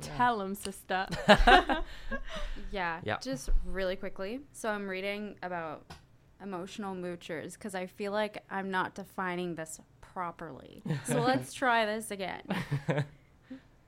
C: Tell 'em, sister. (laughs)
A: Yeah.
B: Yeah.
A: Just really quickly. So I'm reading about emotional moochers because I feel like I'm not defining this properly. So let's try this again.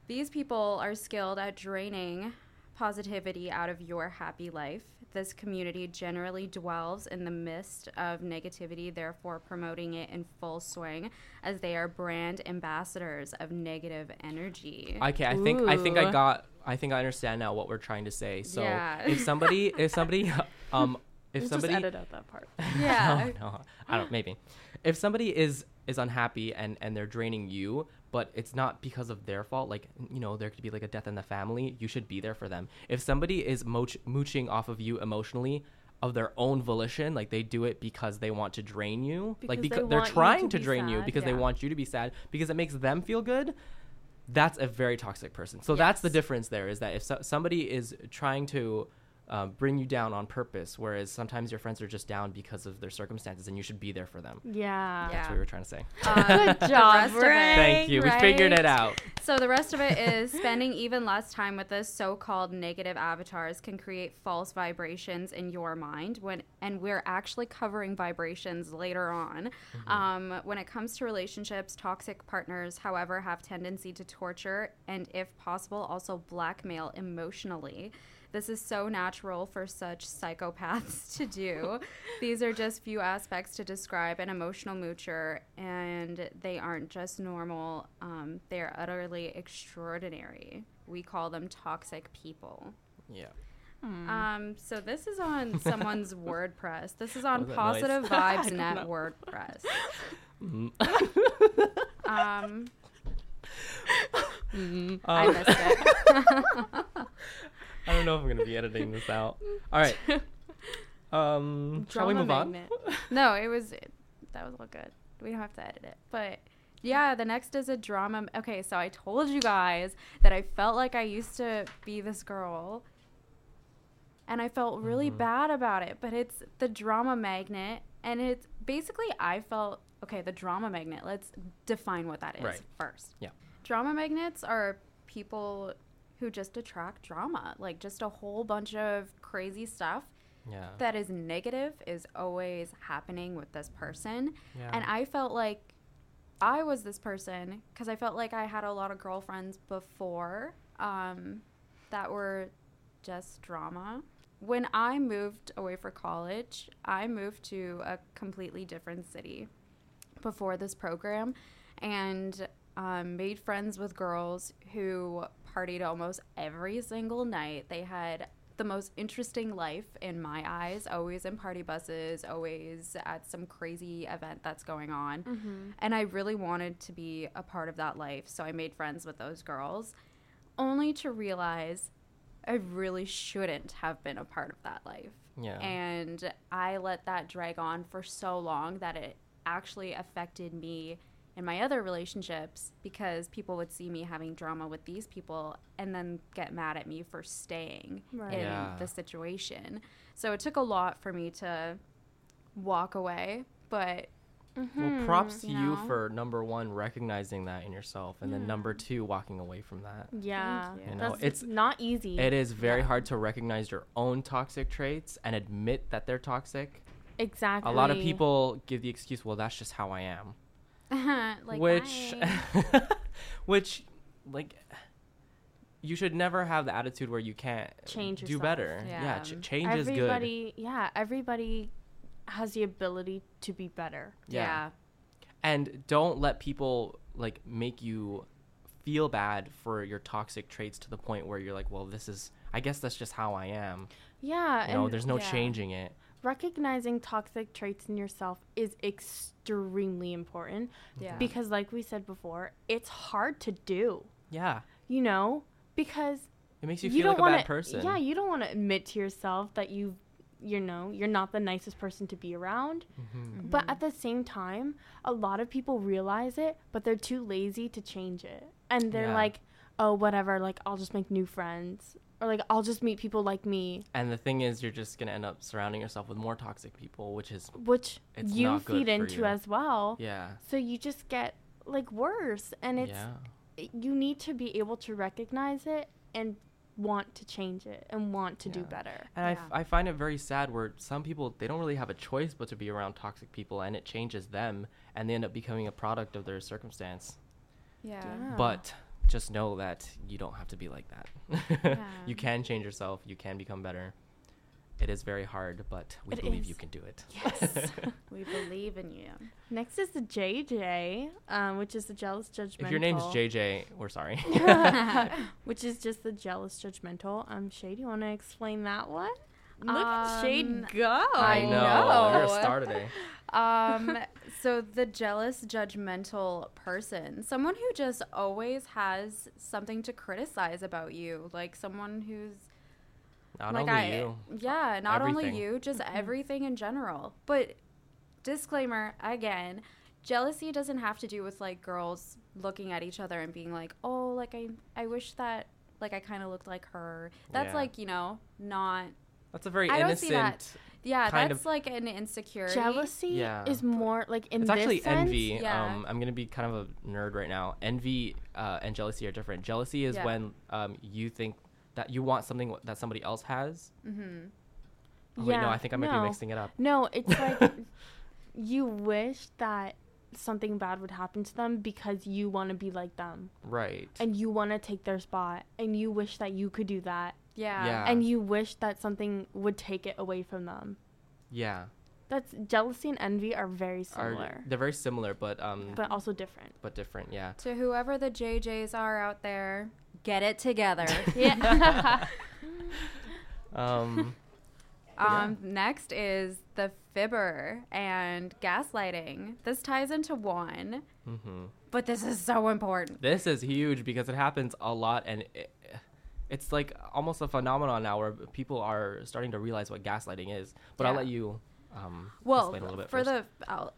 A: These people are skilled at draining positivity out of your happy life. This community generally dwells in the mist of negativity, therefore promoting it in full swing as they are brand ambassadors of negative energy.
B: Okay, I think I think I
C: Ooh.
B: got I think I understand now what we're trying to say. So
A: Yeah.
B: if
C: (laughs)
B: somebody if somebody um if
C: Just
B: somebody (laughs)
C: edit out that part.
A: yeah.
B: no, no, I don't maybe if somebody is is unhappy and and they're draining you but it's not because of their fault like you know there could be like a death in the family you should be there for them if somebody is moch- mooching off of you emotionally of their own volition like they do it because they want to drain you like
C: Because
B: because
C: they
B: they are
C: want you to
B: trying to
C: be
B: drain you
C: sad,
B: because they
A: yeah.
B: want you to be sad because it makes them feel good that's a very toxic person. So that's the
A: Yes.
B: difference there is that if so- somebody is trying to uh, bring you down on purpose, whereas sometimes your friends are just down because of their circumstances and you should be there for them.
A: (laughs) Yeah.
C: Yeah.
B: That's what we were trying to say.
A: Uh,
C: Good job.
A: the rest of it-
B: Thank you. We figured it out.
A: So the rest of it is spending even less time with this so-called negative avatars can create false vibrations in your mind when and we're actually covering vibrations later on. Um, when it comes to relationships, toxic partners, however, have tendency to torture and if possible also blackmail emotionally. This is so natural for such psychopaths (laughs) to do. These are just few aspects to describe an emotional moocher, and they aren't just normal, um, they are utterly extraordinary. We call them toxic people.
B: Yeah.
A: (laughs)
C: Mm.
A: Um, so this is
C: (laughs)
A: on someone's WordPress. This is on
B: What was that
A: Positive
B: noise?
C: I
A: Vibes
C: don't
A: Net
C: know.
A: WordPress.
B: Mm.
A: (laughs) Um, I
B: Um,
A: missed
C: (laughs)
A: it.
B: I don't know if I'm gonna be editing this out. All right.
A: (laughs)
B: Um, shall we
C: Drama
B: move on?
C: magnet.
A: no, it was that was all good. We don't have to edit it, but. Yeah, the next is a drama. Okay, so I told you guys that I felt like I used to be this girl and I felt really
B: Mhm.
A: bad about it. But it's the drama magnet, and it's basically I felt okay. The drama magnet. Let's define what that is
B: Right.
A: first.
B: Yeah.
A: drama magnets are people who just attract drama, like just a whole bunch of crazy stuff
B: Yeah.
A: that is negative is always happening with this person.
B: yeah.
A: And I felt like I was this person because I felt like I had a lot of girlfriends before um, that were just drama. When I moved away for college, I moved to a completely different city before this program and um, made friends with girls who partied almost every single night. They had the most interesting life in my eyes, always in party buses, always at some crazy event that's going on. And I really wanted to be a part of that life, so I made friends with those girls, only to realize I really shouldn't have been a part of that life.
B: yeah.
A: And I let that drag on for so long that it actually affected me in my other relationships because people would see me having drama with these people and then get mad at me for staying
C: Right.
A: in
B: Yeah.
A: the situation. So it took a lot for me to walk away, but (laughs)
B: well, props to
A: you
B: you
A: know?
B: for number one recognizing that in yourself, and then
A: Yeah.
B: number two walking away from that.
C: Yeah,
A: you. You
B: know,
C: that's
B: it's-
C: it's not easy.
B: It is very
A: Yeah.
B: hard to recognize your own toxic traits and admit that they're toxic.
C: exactly.
B: A lot of people give the excuse, "Well, that's just how I am,"
A: like
B: which, (laughs)
A: I-
B: which, like, you should never have the attitude where you can't
C: Change
B: do
C: yourself.
B: better. Yeah,
A: Yeah.
B: ch- change is good.
C: everybody, yeah, everybody has the ability to be better.
A: yeah.
B: and don't let people like make you feel bad for your toxic traits to the point where you're like, "Well, this is." I guess that's just how I am.
C: Yeah,
B: You know,
C: Uh, and
B: there's no
A: yeah.
B: changing it.
C: recognizing toxic traits in yourself is extremely important
A: Yeah.
C: because, like we said before, it's hard to do.
B: Yeah,
C: You know, because
B: it makes you,
C: you,
B: feel
C: don't
B: like a
C: want
B: bad person.
C: Yeah, you don't want to admit to yourself that you, you know, you're not the nicest person to be around.
B: Mhm.
C: But at the same time, a lot of people realize it, but they're too lazy to change it. And they're
B: Yeah.
C: like, oh, whatever, like, I'll just make new friends. Or like, I'll just meet people like me,
B: And the thing is, you're just gonna end up surrounding yourself with more toxic people, which is
C: which
B: It's
C: you
B: not good
C: feed
B: for
C: into
B: you.
C: as well.
B: yeah,
C: So you just get like worse. Oh. And it's,
B: yeah,
C: you need to be able to recognize it and want to change it and want to do
B: Yeah.
C: better.
B: and I f
A: Yeah.
B: I I, find it very sad where some people they don't really have a choice but to be around toxic people, and it changes them, and they end up becoming a product of their circumstance.
A: yeah.
C: Yeah.
B: But just know that you don't have to be like that. (laughs)
A: Yeah.
B: You can change yourself. You can become better. It is very hard, but we
C: It
B: believe you
C: is.
B: can do it. (laughs)
C: Yes.
A: We believe in you.
C: Next is the JJ, um, which is the jealous judgmental.
B: If your name's JJ, we're sorry.
A: Oh,
B: (laughs)
A: (laughs)
C: which is just the jealous judgmental. Um, Shade, you want to explain that one? Look at Shade
A: Um,
C: go.
A: I
B: know. You're a
A: know.
B: star today.
A: um so the jealous judgmental person someone who just always has something to criticize about you like someone who's
B: Not
A: like
B: only
A: I,
B: you.
A: yeah not
B: Everything.
A: only you just everything in general but disclaimer again jealousy doesn't have to do with like girls looking at each other and being like oh like i i wish that like i kind of looked like her that's
B: Yeah.
A: like you know not
B: That's a very
A: I don't see
B: innocent.
A: that. yeah
B: Kind
A: that's
B: of-
A: like an insecurity
C: Jealousy
B: Yeah.
C: is more like in
B: it's
C: this
B: actually
C: sense,
B: envy.
A: Yeah.
B: Um, I'm gonna be kind of a nerd right now. Envy uh, and jealousy are different. Jealousy is
A: Yeah.
B: when um, you think that you want something wh- that somebody else has.
A: mm-hmm.
B: Oh,
C: yeah,
B: Wait, no, I think I might
C: no.
B: be mixing it up.
C: No, it's
B: (laughs)
C: like you wish that something bad would happen to them because you want to be like them
B: Right.
C: and you want to take their spot and you wish that you could do that
B: Yeah.
C: and you wish that something would take it away from them.
B: yeah.
C: That's jealousy and envy are very
B: Are-
C: similar,
B: they're very similar, but um,
C: but also different.
B: but different. Yeah.
A: To whoever the JJs are out there, get it together.
C: Yeah.
B: um, (laughs)
A: (laughs)
B: Yeah.
A: Um, Next is the fibber and gaslighting. This ties into one,
B: mhm.
A: but this is so important.
B: This is huge because it happens a lot, and it, it's like almost a phenomenon now where people are starting to realize what gaslighting is. But I'll
A: Yeah.
B: let you um,
A: Well,
B: explain a little bit
A: for
B: first.
A: the I'll-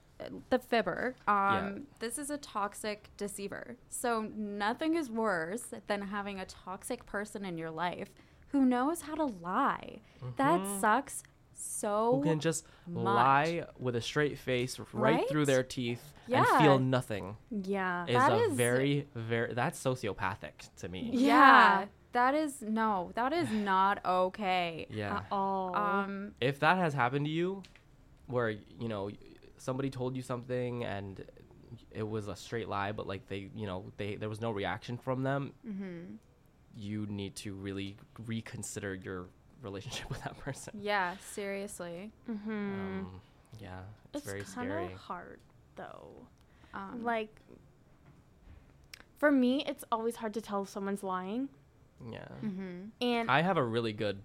A: the fibber, um, this is a toxic deceiver. So nothing is worse than having a toxic person in your life who knows how to lie. That sucks so.
B: Mm-hmm. Who can just
A: Oh, much.
B: lie with a straight face right, through
A: Right?
B: their teeth
A: Yeah.
B: and feel nothing
C: Yeah.
B: is
A: That
B: a
A: is-
B: very, very that's sociopathic to me.
A: yeah.
C: Yeah.
A: that is no, that is not okay.
B: Yeah.
C: At all.
A: Um,
B: if that has happened to you where you know somebody told you something and it was a straight lie but like they you know they there was no reaction from them you need to really reconsider your relationship (laughs) with that person
A: yeah, seriously.
C: Mhm.
A: Mm.
B: um, yeah it's,
C: it's
B: very
C: kind
B: scary
C: of hard though.
A: Um,
C: Like for me, it's always hard to tell if someone's lying.
B: yeah
A: (laughs) mhm.
C: And
B: i have a really good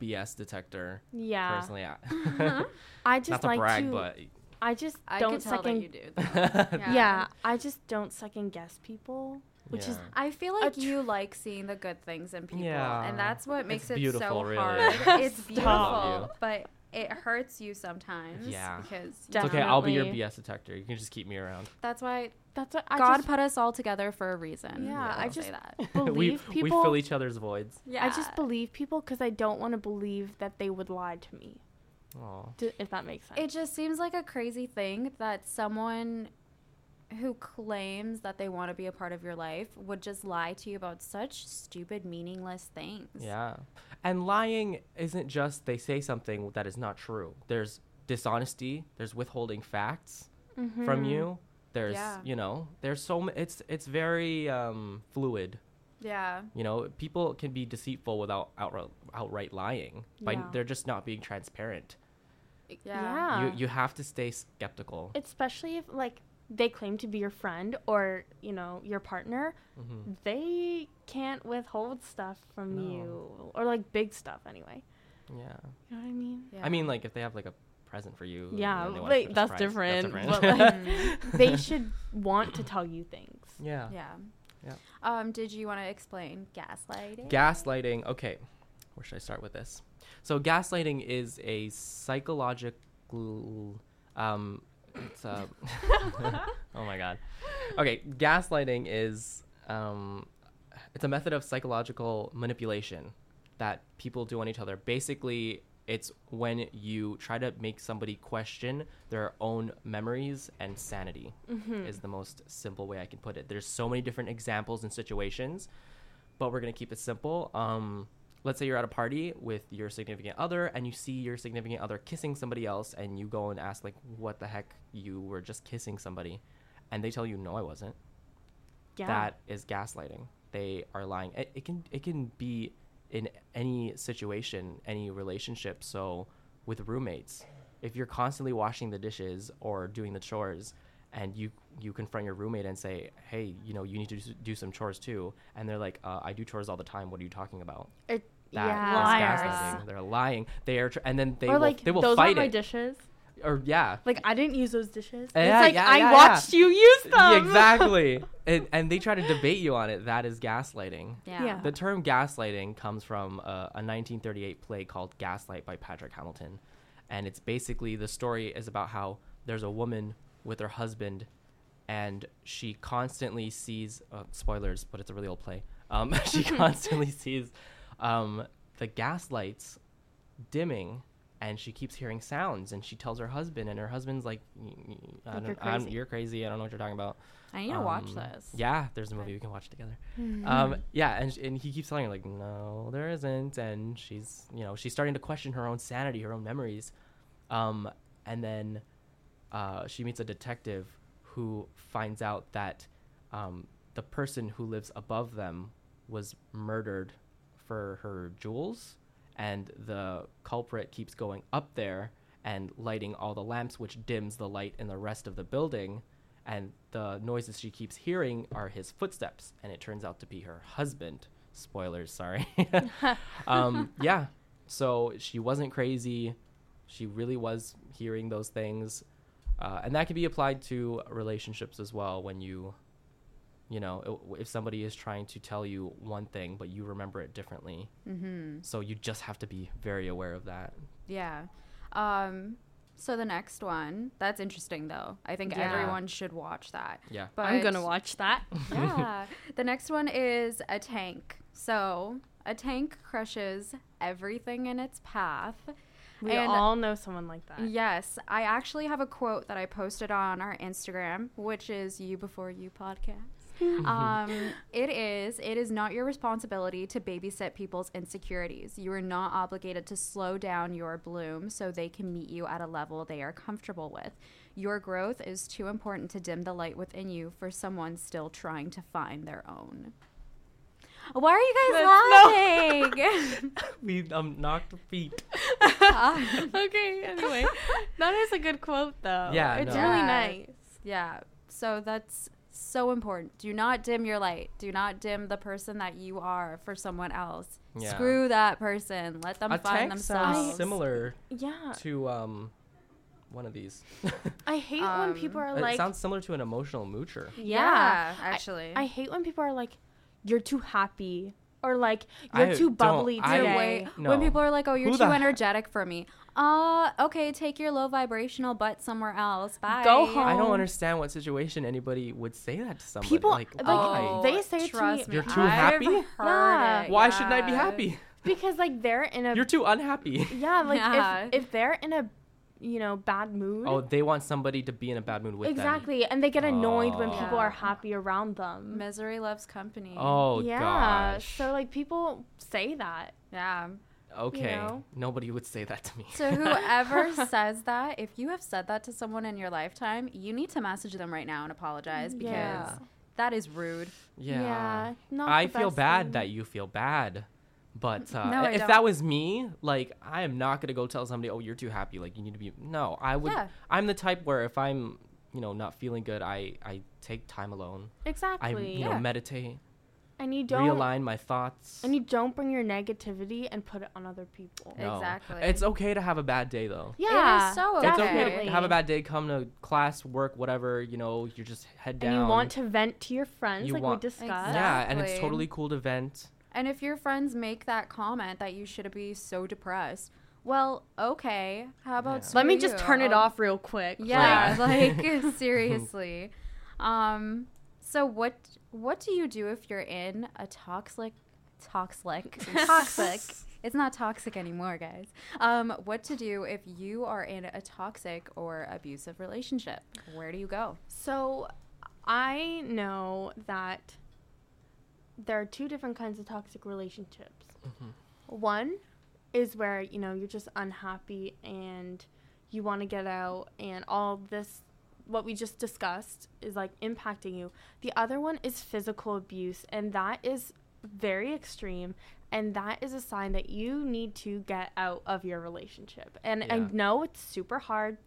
B: bs detector
C: yeah,
B: personally I, (laughs)
A: uh-huh.
C: I just
B: not to
C: like
B: brag
C: to.
B: but
C: I just
A: I
C: don't
A: could tell
C: second.
A: that you
B: (laughs)
A: do. though.
C: yeah.
A: Yeah.
C: I just don't second guess people, which is
B: Yeah.
A: I feel like
C: tr-
A: you like seeing the good things in people,
B: Yeah.
A: and that's what makes
B: It's
A: it so
B: beautiful, really. (laughs)
A: hard. it's
C: Stop.
A: beautiful, but it hurts you sometimes.
B: Yeah.
A: because
B: it's okay i'll be your
C: Definitely.
B: bs detector you can just keep me around (laughs)
A: that's why
C: that's what I
A: God
C: just
A: put us all together for a reason.
C: Yeah,
B: I
A: I'll
C: just-
A: say that.
B: we,
C: believe
B: we
C: people.
B: fill each other's voids
A: Yeah,
C: I just believe people because I don't want to believe that they would lie to me.
B: Aw.
C: d- If that makes sense.
A: It just seems like a crazy thing that someone who claims that they want to be a part of your life would just lie to you about such stupid, meaningless things.
B: Yeah. And lying isn't just they say something that is not true. There's dishonesty, there's withholding facts
C: Mm-hmm.
B: from you. There's,
A: Yeah.
B: you know, there's so m- it's it's very um fluid.
A: Yeah.
B: You know, people can be deceitful without outright, outright lying. By
C: Yeah.
B: they're just not being transparent.
A: Yeah.
B: You you have to stay skeptical.
C: especially if like they claim to be your friend or you know your partner
B: Mhm.
C: they can't withhold stuff from
B: No.
C: you or like big stuff anyway
B: Yeah.
C: you know what i
B: (laughs)
C: mean
A: Yeah.
B: I
A: (laughs)
B: mean like if they have like a present for you. and
C: Yeah,
B: then they wanna
C: wait,
B: keep it
C: that's
B: surprise,
C: different,
B: (laughs) different.
A: (laughs)
C: they should want to tell you things
B: yeah.
A: mm-hmm. Yeah.
B: Yeah.
A: Um, did you want to explain gaslighting?
B: Gaslighting. Okay, where should I start with this? So gaslighting is a psychological. Um, it's a, (laughs) oh my god. Okay, gaslighting is um, it's a method of psychological manipulation that people do on each other. Basically, it's when you try to make somebody question their own memories and sanity. Is the most simple way I can put it. There's so many different examples and situations but we're gonna keep it simple. Um, let's say you're at a party with your significant other, and you see your significant other kissing somebody else, and you go and ask like, "What the heck? You were just kissing somebody," and they tell you, "No, I wasn't."
C: yeah
B: That is gaslighting. They are lying. It, it can it can be in any situation, any relationship. So with roommates, if you're constantly washing the dishes or doing the chores, and you you confront your roommate and say, "Hey, you know, you need to do s- do some chores too," and they're like, uh, "I do chores all the time. What are you talking about?"
C: It-
B: That is
C: yeah
B: gaslighting. They're lying. They are, tr- and then they
C: or
B: will,
C: like
B: they will
C: those
B: fight
C: aren't my
B: it.
C: dishes
B: or yeah,
C: like i didn't use those dishes
B: Yeah,
C: it's like
B: yeah,
C: i
B: yeah,
C: watched you use
B: Yeah, (laughs)
C: them
B: exactly. and, and they try to debate you on it. That is gaslighting.
A: Yeah.
C: Yeah.
B: The term gaslighting comes from a, a 1938 play called Gaslight by Patrick Hamilton. And it's basically the story is about how there's a woman with her husband and she constantly sees uh, spoilers, but it's a really old play. Um, (laughs)
C: (laughs)
B: she constantly sees um, the gaslights dimming and she keeps hearing sounds and she tells her husband and her husband's like, "Y- y- I
C: Like,
B: don't,
C: you're
B: I'm-
C: crazy."
B: you're crazy. I don't know what you're talking about.
A: I need to watch
B: Um,
A: this.
B: Yeah, there's a movie we can watch together. Um, yeah, and, sh- and he keeps telling her like, no, there isn't, and she's you know she's starting to question her own sanity, her own memories, um, and then uh, she meets a detective who finds out that um, the person who lives above them was murdered for her jewels, and the culprit keeps going up there and lighting all the lamps, which dims the light in the rest of the building. And the noises she keeps hearing are his footsteps, and it turns out to be her husband Spoilers, sorry. (laughs) um, yeah. So she wasn't crazy. She really was hearing those things. Uh, and that can be applied to relationships as well when you, you know, i- if somebody is trying to tell you one thing, but you remember it differently.
A: Mm-hmm.
B: So you just have to be very aware of that.
A: Yeah. Um, so the next one, that's interesting though. I think
C: Yeah.
A: everyone should watch that.
B: Yeah.
A: But
C: I'm gonna watch that. (laughs)
A: yeah. The next one is a tank. So a tank crushes everything in its path.
C: We
A: And-
C: all know someone like that.
A: Yes, I actually have a quote that I posted on our Instagram, which is "You Before You" podcast.
B: Mm-hmm. Uh,
A: um, it is. It is not your responsibility to babysit people's insecurities. You are not obligated to slow down your bloom so they can meet you at a level they are comfortable with. Your growth is too important to dim the light within you for someone still trying to find their own. Why are you guys laughing?
B: (laughs) we um, knocked feet.
C: (laughs)
A: (laughs)
C: okay. (laughs) Anyway, that is a good quote though.
B: Yeah,
C: it's
A: no.
C: really
A: Yeah.
C: nice.
A: Yeah. So that's so important. Do not dim your light. Do not dim the person that you are for someone else.
B: Yeah.
A: Screw that person. Let them
B: a
A: find
B: tank sounds
A: themselves.
B: similar
C: Yeah,
B: to um, one of these. (laughs)
C: I hate
A: Um,
C: when people are
B: it
C: like,
B: sounds similar to an emotional moocher.
A: yeah,
C: I-
A: actually.
C: I, hate when people are like, "You're too happy," or like, "You're
B: I
C: too
B: don't-
C: bubbly
B: I-
A: Either
C: today."
A: way,
B: No.
A: when people are like, "Oh, you're
B: Who
A: too
B: the-
A: energetic for me," uh, okay, take your low vibrational butt somewhere else. Bye.
C: Go
B: I
C: home.
B: don't understand what situation anybody would say that to somebody.
C: People-
B: like,
C: like,
B: why?
C: they- say to me-
A: trust
B: Oh. You're too
A: I've
B: happy?
A: heard
C: Yeah.
A: it,
B: why shouldn't I be
A: yeah.
B: happy?
C: because like they're in a
B: (laughs) You're too unhappy.
C: (laughs) yeah like
A: Yeah.
C: If, if they're in a you know bad mood
B: Oh, they want somebody to be in a bad mood with them.
C: exactly and they get annoyed when
B: Oh.
C: people are
A: Yeah.
C: happy around them
A: Misery loves company.
B: Oh
C: yeah
B: gosh.
C: so like people say that
A: yeah.
B: okay.
C: know?
B: Nobody would say that to me.
A: So
B: (laughs)
A: whoever says that, if you have said that to someone in your lifetime, you need to message them right now and apologize because
C: Mm, Yeah.
A: that is rude.
B: yeah.
C: yeah, not
B: I
C: the
B: feel
C: best
B: bad
C: thing.
B: that you feel bad. But uh,
A: No, I
B: if
A: don't.
B: that was me, like I am not gonna go tell somebody, "Oh, you're too happy." Like you need to be. No, I would.
A: Yeah.
B: I'm the type where if I'm, you know, not feeling good, I I take time alone. I
C: exactly
B: you know
A: Yeah.
B: meditate,
C: and you don't
B: realign my thoughts.
C: and you don't bring your negativity and put it on other people
A: Yeah. Exactly.
B: It's okay to have a bad day though.
C: yeah
A: so
B: It's
A: okay.
B: okay
C: definitely.
B: to have a bad day, come to class, work, whatever, you know, you're just head down.
C: and you want to vent to your friends
B: You
C: like
B: want-
C: we discussed
B: Yeah, and it's
A: Exactly.
B: totally cool to vent.
A: And if your friends make that comment that you should be so depressed, well, okay. How about
B: Yeah.
A: screw
C: let me just
A: you?
C: turn it
A: I'll-
C: off real quick
A: Yeah,
B: Right. (laughs)
A: like seriously. Um so what what do you do if you're in a toxic
B: (laughs)
A: toxic toxic it's not toxic anymore, guys. Um, what to do if you are in a toxic or abusive relationship? Where do you go?
C: So I know that there are two different kinds of toxic relationships. One is where, you know, you're just unhappy and you want to get out and all this what we just discussed is like impacting you. The other one is physical abuse and that is very extreme and that is a sign that you need to get out of your relationship. And I
B: Yeah.
C: know it's super hard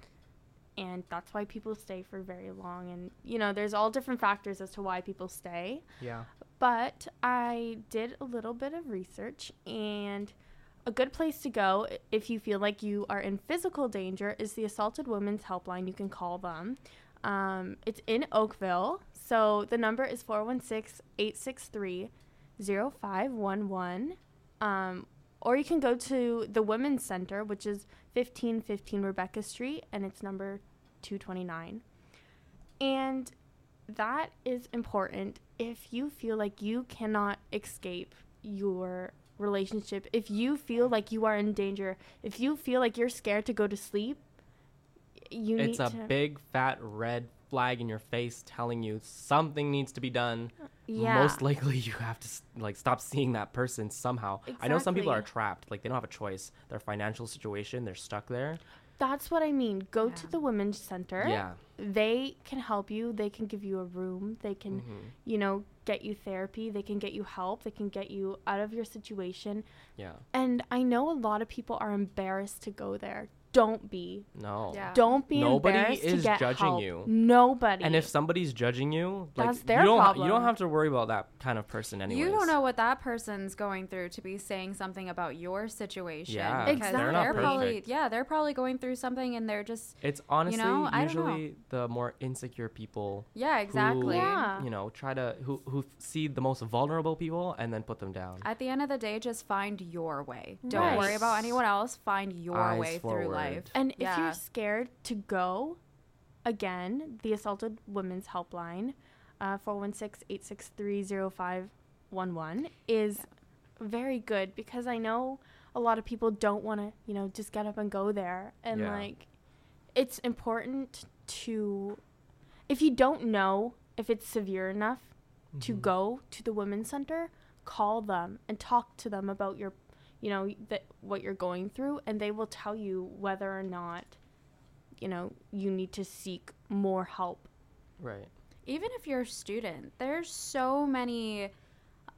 C: and that's why people stay for very long and you know there's all different factors as to why people stay
B: Yeah.
C: but i did a little bit of research and a good place to go i- if you feel like you are in physical danger is the assaulted women's helpline you can call them um, it's in oakville so the number is 416-863-0511 um, or you can go to the women's center which is 1515 rebecca street and it's number 229 and that is important if you feel like you cannot escape your relationship, if you feel like you are in danger, if you feel like you're scared to go to sleep, you
B: it's
C: need
B: a
C: to
B: big fat red flag in your face telling you something needs to be done.
C: yeah.
B: Most likely you have to s- like stop seeing that person somehow. I know some people are
C: Exactly.
B: trapped, like they don't have a choice. Their financial situation, they're stuck there.
C: That's what I mean. Go
A: Yeah.
C: to the women's center.
B: Yeah.
C: They can help you. They can give you a room. They can
B: Mhm.
C: you know, get you therapy. They can get you help. They can get you out of your situation.
B: Yeah.
C: And I know a lot of people are embarrassed to go there don't be.
B: No.
A: Yeah.
C: Don't be
B: Nobody
C: embarrassed to
B: is
C: get
B: judging
C: help.
B: you.
C: Nobody.
B: And if somebody's judging you, like
C: That's their
B: you don't you
C: problem.
B: don't have to worry about that kind of person anyways.
A: You don't know what that person's going through to be saying something about your situation.
B: Yeah,
A: because
C: Exactly. they're not
A: probably
B: perfect.
A: yeah, they're probably going through something and they're just
B: It's honestly
A: know, I don't know.
B: usually the more insecure people
A: yeah, exactly.
C: Yeah.
B: you know, try to who who see the most vulnerable people and then put them down.
A: At the end of the day, just find your way. Don't
C: Right.
A: worry about anyone else. Find your
B: Eyes
A: way
B: forward.
A: through life.
C: And if
A: Yeah.
C: you're scared to go, again, the Assaulted Women's Helpline, uh, 416-863-0511 is very good because I know a lot of people don't want to, you know, just get up and go there. And,
B: Yeah.
C: like, it's important to, if you don't know if it's severe enough,
B: Mm-hmm.
C: to go to the women's center, call them and talk to them about your, you know, that what you're going through, and they will tell you whether or not, you know, you need to seek more help.
B: Right.
A: even if you're a student, there's so many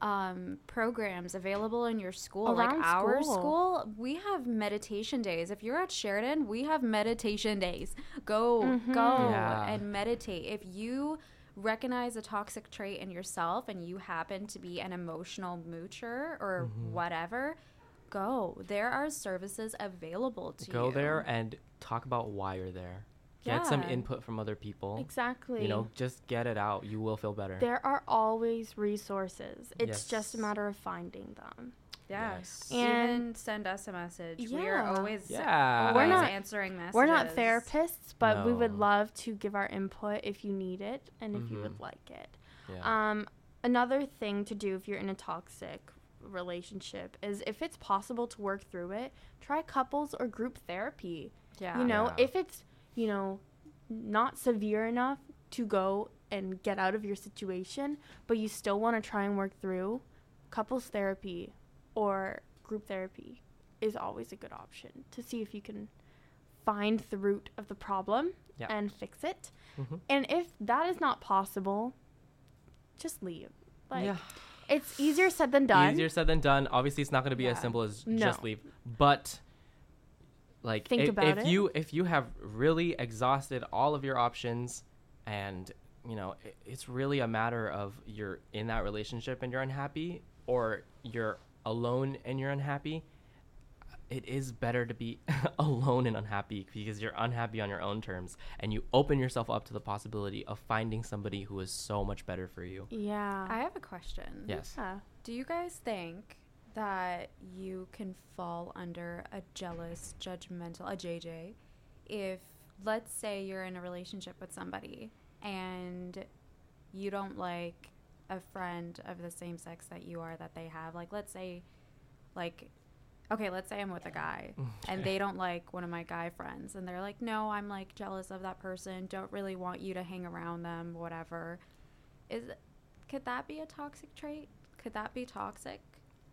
A: um, programs available in your school.
C: Around
A: like our
C: school.
A: school, we have meditation days. If you're at Sheridan, we have meditation days. Go,
C: Mm-hmm.
A: go
B: Yeah.
A: and meditate. If you recognize a toxic trait in yourself and you happen to be an emotional moocher or
B: Mm-hmm.
A: whatever, go. There are services available to
B: Go
A: you.
B: there and talk about why you're there. Get some
A: Yeah.
B: input from other people.
C: Exactly.
B: You know, just get it out. You will feel better.
C: there are always resources. It's just a
B: Yes.
C: matter of finding them.
A: Yeah.
B: Yes.
A: Even
C: And-
A: send us a message. We are
C: Yeah.
A: always
B: Yeah.
A: We're
C: We're
A: not
C: not-
A: Uh, answering messages.
C: We're not therapists, but we would
B: No.
C: love to give our input if you need it and if you
B: Mhm.
C: would like it.
B: Yeah.
C: Um, another thing to do if you're in a toxic relationship is if it's possible to work through it, try couples or group therapy.
A: Yeah.
C: You know,
B: Yeah.
C: if it's, you know, not severe enough to go and get out of your situation, but you still want to try and work through, couples therapy or group therapy is always a good option to see if you can find the root of the problem
B: Yeah.
C: and fix it.
B: Mhm.
C: And if that is not possible, just leave. Like
B: yeah.
C: it's easier said than done.
B: Easier said than done. Obviously, it's not going to be as
A: Yeah.
B: simple as
C: No.
B: just leave. But like,
C: Think
B: if,
C: about
B: if
C: it.
B: you if you have really exhausted all of your options, and you know, i it's really a matter of you're in that relationship and you're unhappy, or you're alone and you're unhappy. It is better to be (laughs) alone and unhappy because you're unhappy on your own terms, and you open yourself up to the possibility of finding somebody who is so much better for you.
C: Yeah.
A: I have a question.
B: Yes.
C: Yeah.
A: Do you guys think that you can fall under a jealous, judgmental, a JJ, if let's say you're in a relationship with somebody and you don't like a friend of the same sex that you are that they have? Like, let's say, like, okay, let's say I'm with a guy and they don't like one of my guy friends and they're like, no, I'm like jealous of that person, don't really want you to hang around them, whatever. Is could that be a toxic trait? Could that be toxic?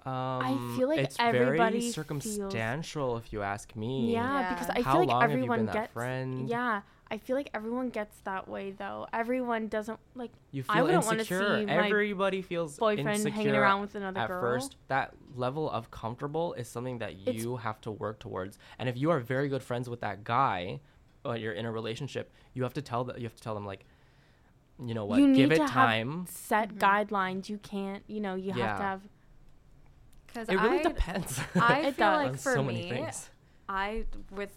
B: Um,
C: feel like
B: it's
C: everybody
B: very
C: feels-
B: circumstantial, if you ask me.
C: Yeah,
A: Yeah.
C: because I
B: How
C: feel
B: long
C: like
B: have you
C: everyone
B: been that
C: gets
B: friend?
C: Yeah, I feel like everyone gets that way though. Everyone doesn't like
B: you
C: I
B: feel
C: wouldn't wanna
B: insecure.
C: see my
B: everybody feels
C: boyfriend
B: insecure
C: hanging around with another
B: at
C: girl.
B: first. That level of comfortable is something that
C: It's-
B: you have to work towards. And if you are very good friends with that guy, but you're in a relationship, you have to tell that you have to tell them like, you know what,
C: you
B: give
C: need
B: it
C: to
B: time.
C: have set
A: Mm-hmm.
C: guidelines. You can't, you know, you have
B: Yeah.
C: to have
A: Because
B: It really
A: I,
B: depends. (laughs)
A: I
C: (laughs) It
A: feel
C: does.
A: like
B: on
A: for
B: so many
A: me,
B: things.
A: I with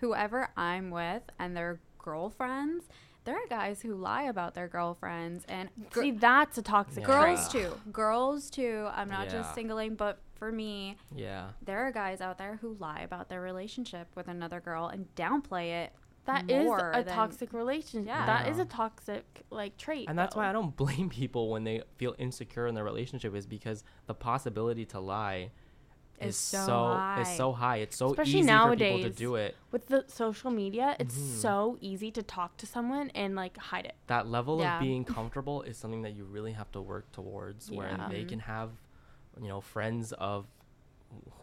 A: whoever I'm with and their girlfriends, there are guys who lie about their girlfriends and gr-
C: See, that's a toxic
B: Yeah.
C: trait.
A: girls too. Girls too. I'm not
B: Yeah.
A: just singling, but for me,
B: Yeah.
A: there are guys out there who lie about their relationship with another girl and downplay it.
C: That is
A: more
C: a
A: than-
C: toxic relationship.
A: Yeah.
C: That
B: Yeah.
C: is a toxic like trait.
B: And that's
C: though.
B: why I don't (laughs) blame people when they feel insecure in their relationship is because the possibility to lie
A: Is
B: is,
A: so
B: so,
A: high.
B: is so high. It's so
C: Especially
B: easy for people
C: nowadays.
B: to do it.
C: with the social media, it's
B: Mm-hmm.
C: so easy to talk to someone and like hide it.
B: That level
A: Yeah.
B: of being comfortable is something that you really have to work towards
C: Yeah.
B: where they can have you know friends of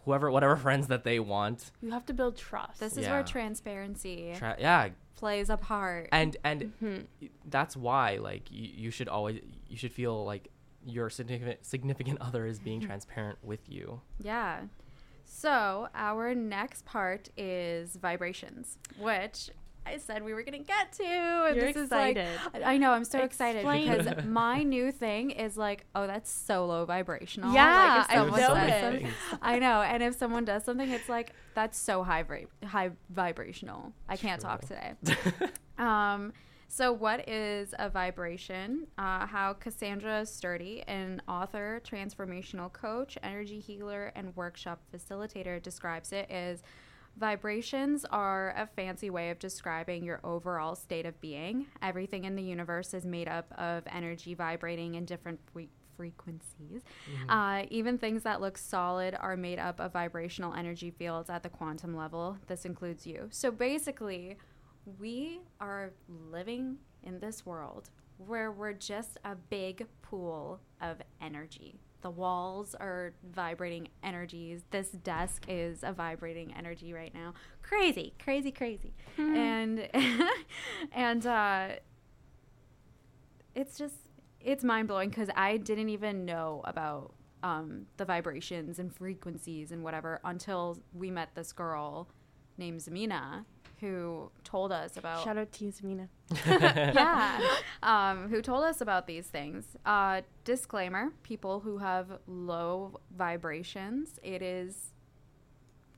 B: whoever whatever (laughs) friends that they want.
C: You have to build trust.
A: This is where
B: Yeah.
A: transparency
B: Try, yeah,
A: plays a part.
B: and and y- that's why like you, you should always you should feel like your significant significant other is being transparent with you. (laughs)
A: Yeah. So, our next part is vibrations, which I said we were going to get to. And
C: You're
A: this
C: excited.
A: is like, I know, I'm so excited
C: Explain.
A: because my new thing is like, oh, that's so low vibrational.
C: Yeah,
A: like if
C: I
A: someone
C: know
A: says
C: it.
A: something- I know. And if someone does something, it's like, that's so high, vib- high vibrational. I can't talk
B: True.
A: today. Um, so, what is a vibration? Uh, how Cassandra Sturdy, an author, transformational coach, energy healer, and workshop facilitator, describes it is vibrations are a fancy way of describing your overall state of being. Everything in the universe is made up of energy vibrating in different fre- frequencies. Uh, even things that look solid are made up of vibrational energy fields at the quantum level. This includes you. So basically, we are living in this world where we're just a big pool of energy. The walls are vibrating energies. This desk is a vibrating energy right now. Crazy, crazy, crazy. And (laughs) and uh it's just it's mind blowing because I didn't even know about um, the vibrations and frequencies and whatever until we met this girl named Zamina who told us about
C: Shout out to you, Zamina.
A: (laughs) yeah, um, who told us about these things. Uh, disclaimer: people who have low vibrations, it is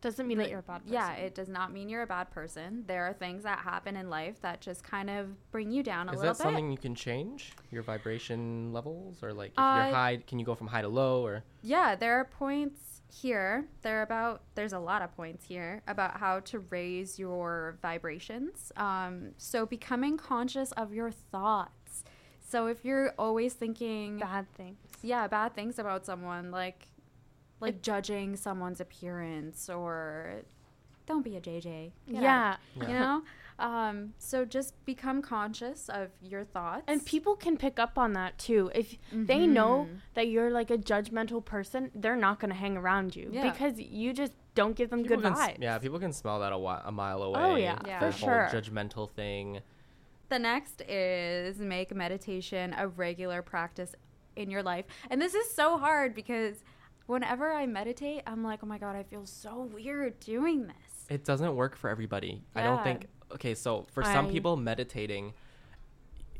C: Doesn't mean that you're a bad person.
A: yeah, it does not mean you're a bad person. There are things that happen in life that just kind of bring you down a
B: Is
A: little
B: that
A: bit.
B: something you can change? Your vibration levels, or like if
A: Uh,
B: you're high, can you go from high to low, or
A: Yeah, there are points here. There are about there's a lot of points here about how to raise your vibrations. Um, so becoming conscious of your thoughts. So if you're always thinking
C: bad thing.
A: yeah bad things about someone like like judging someone's appearance or don't be a jj Get out.
C: Yeah.
A: you know um so just become conscious of your thoughts
C: And people can pick up on that too. If they
B: Mm-hmm.
C: know
A: Mhm.
C: that you're like a judgmental person, they're not going to hang around you
A: Yeah.
C: because you just don't give them
B: People
C: good
B: can s-
C: vibes.
B: yeah, people can smell that a, wa- a mile away.
C: Oh, yeah,
A: Yeah. for
B: the whole
C: sure.
B: judgmental thing.
A: the next is make meditation a regular practice in your life and this is so hard because whenever i meditate i'm like oh my god i feel so weird doing this
B: It doesn't work for everybody. I don't
C: Yeah.
B: think. Okay, so for some
C: I-
B: people, meditating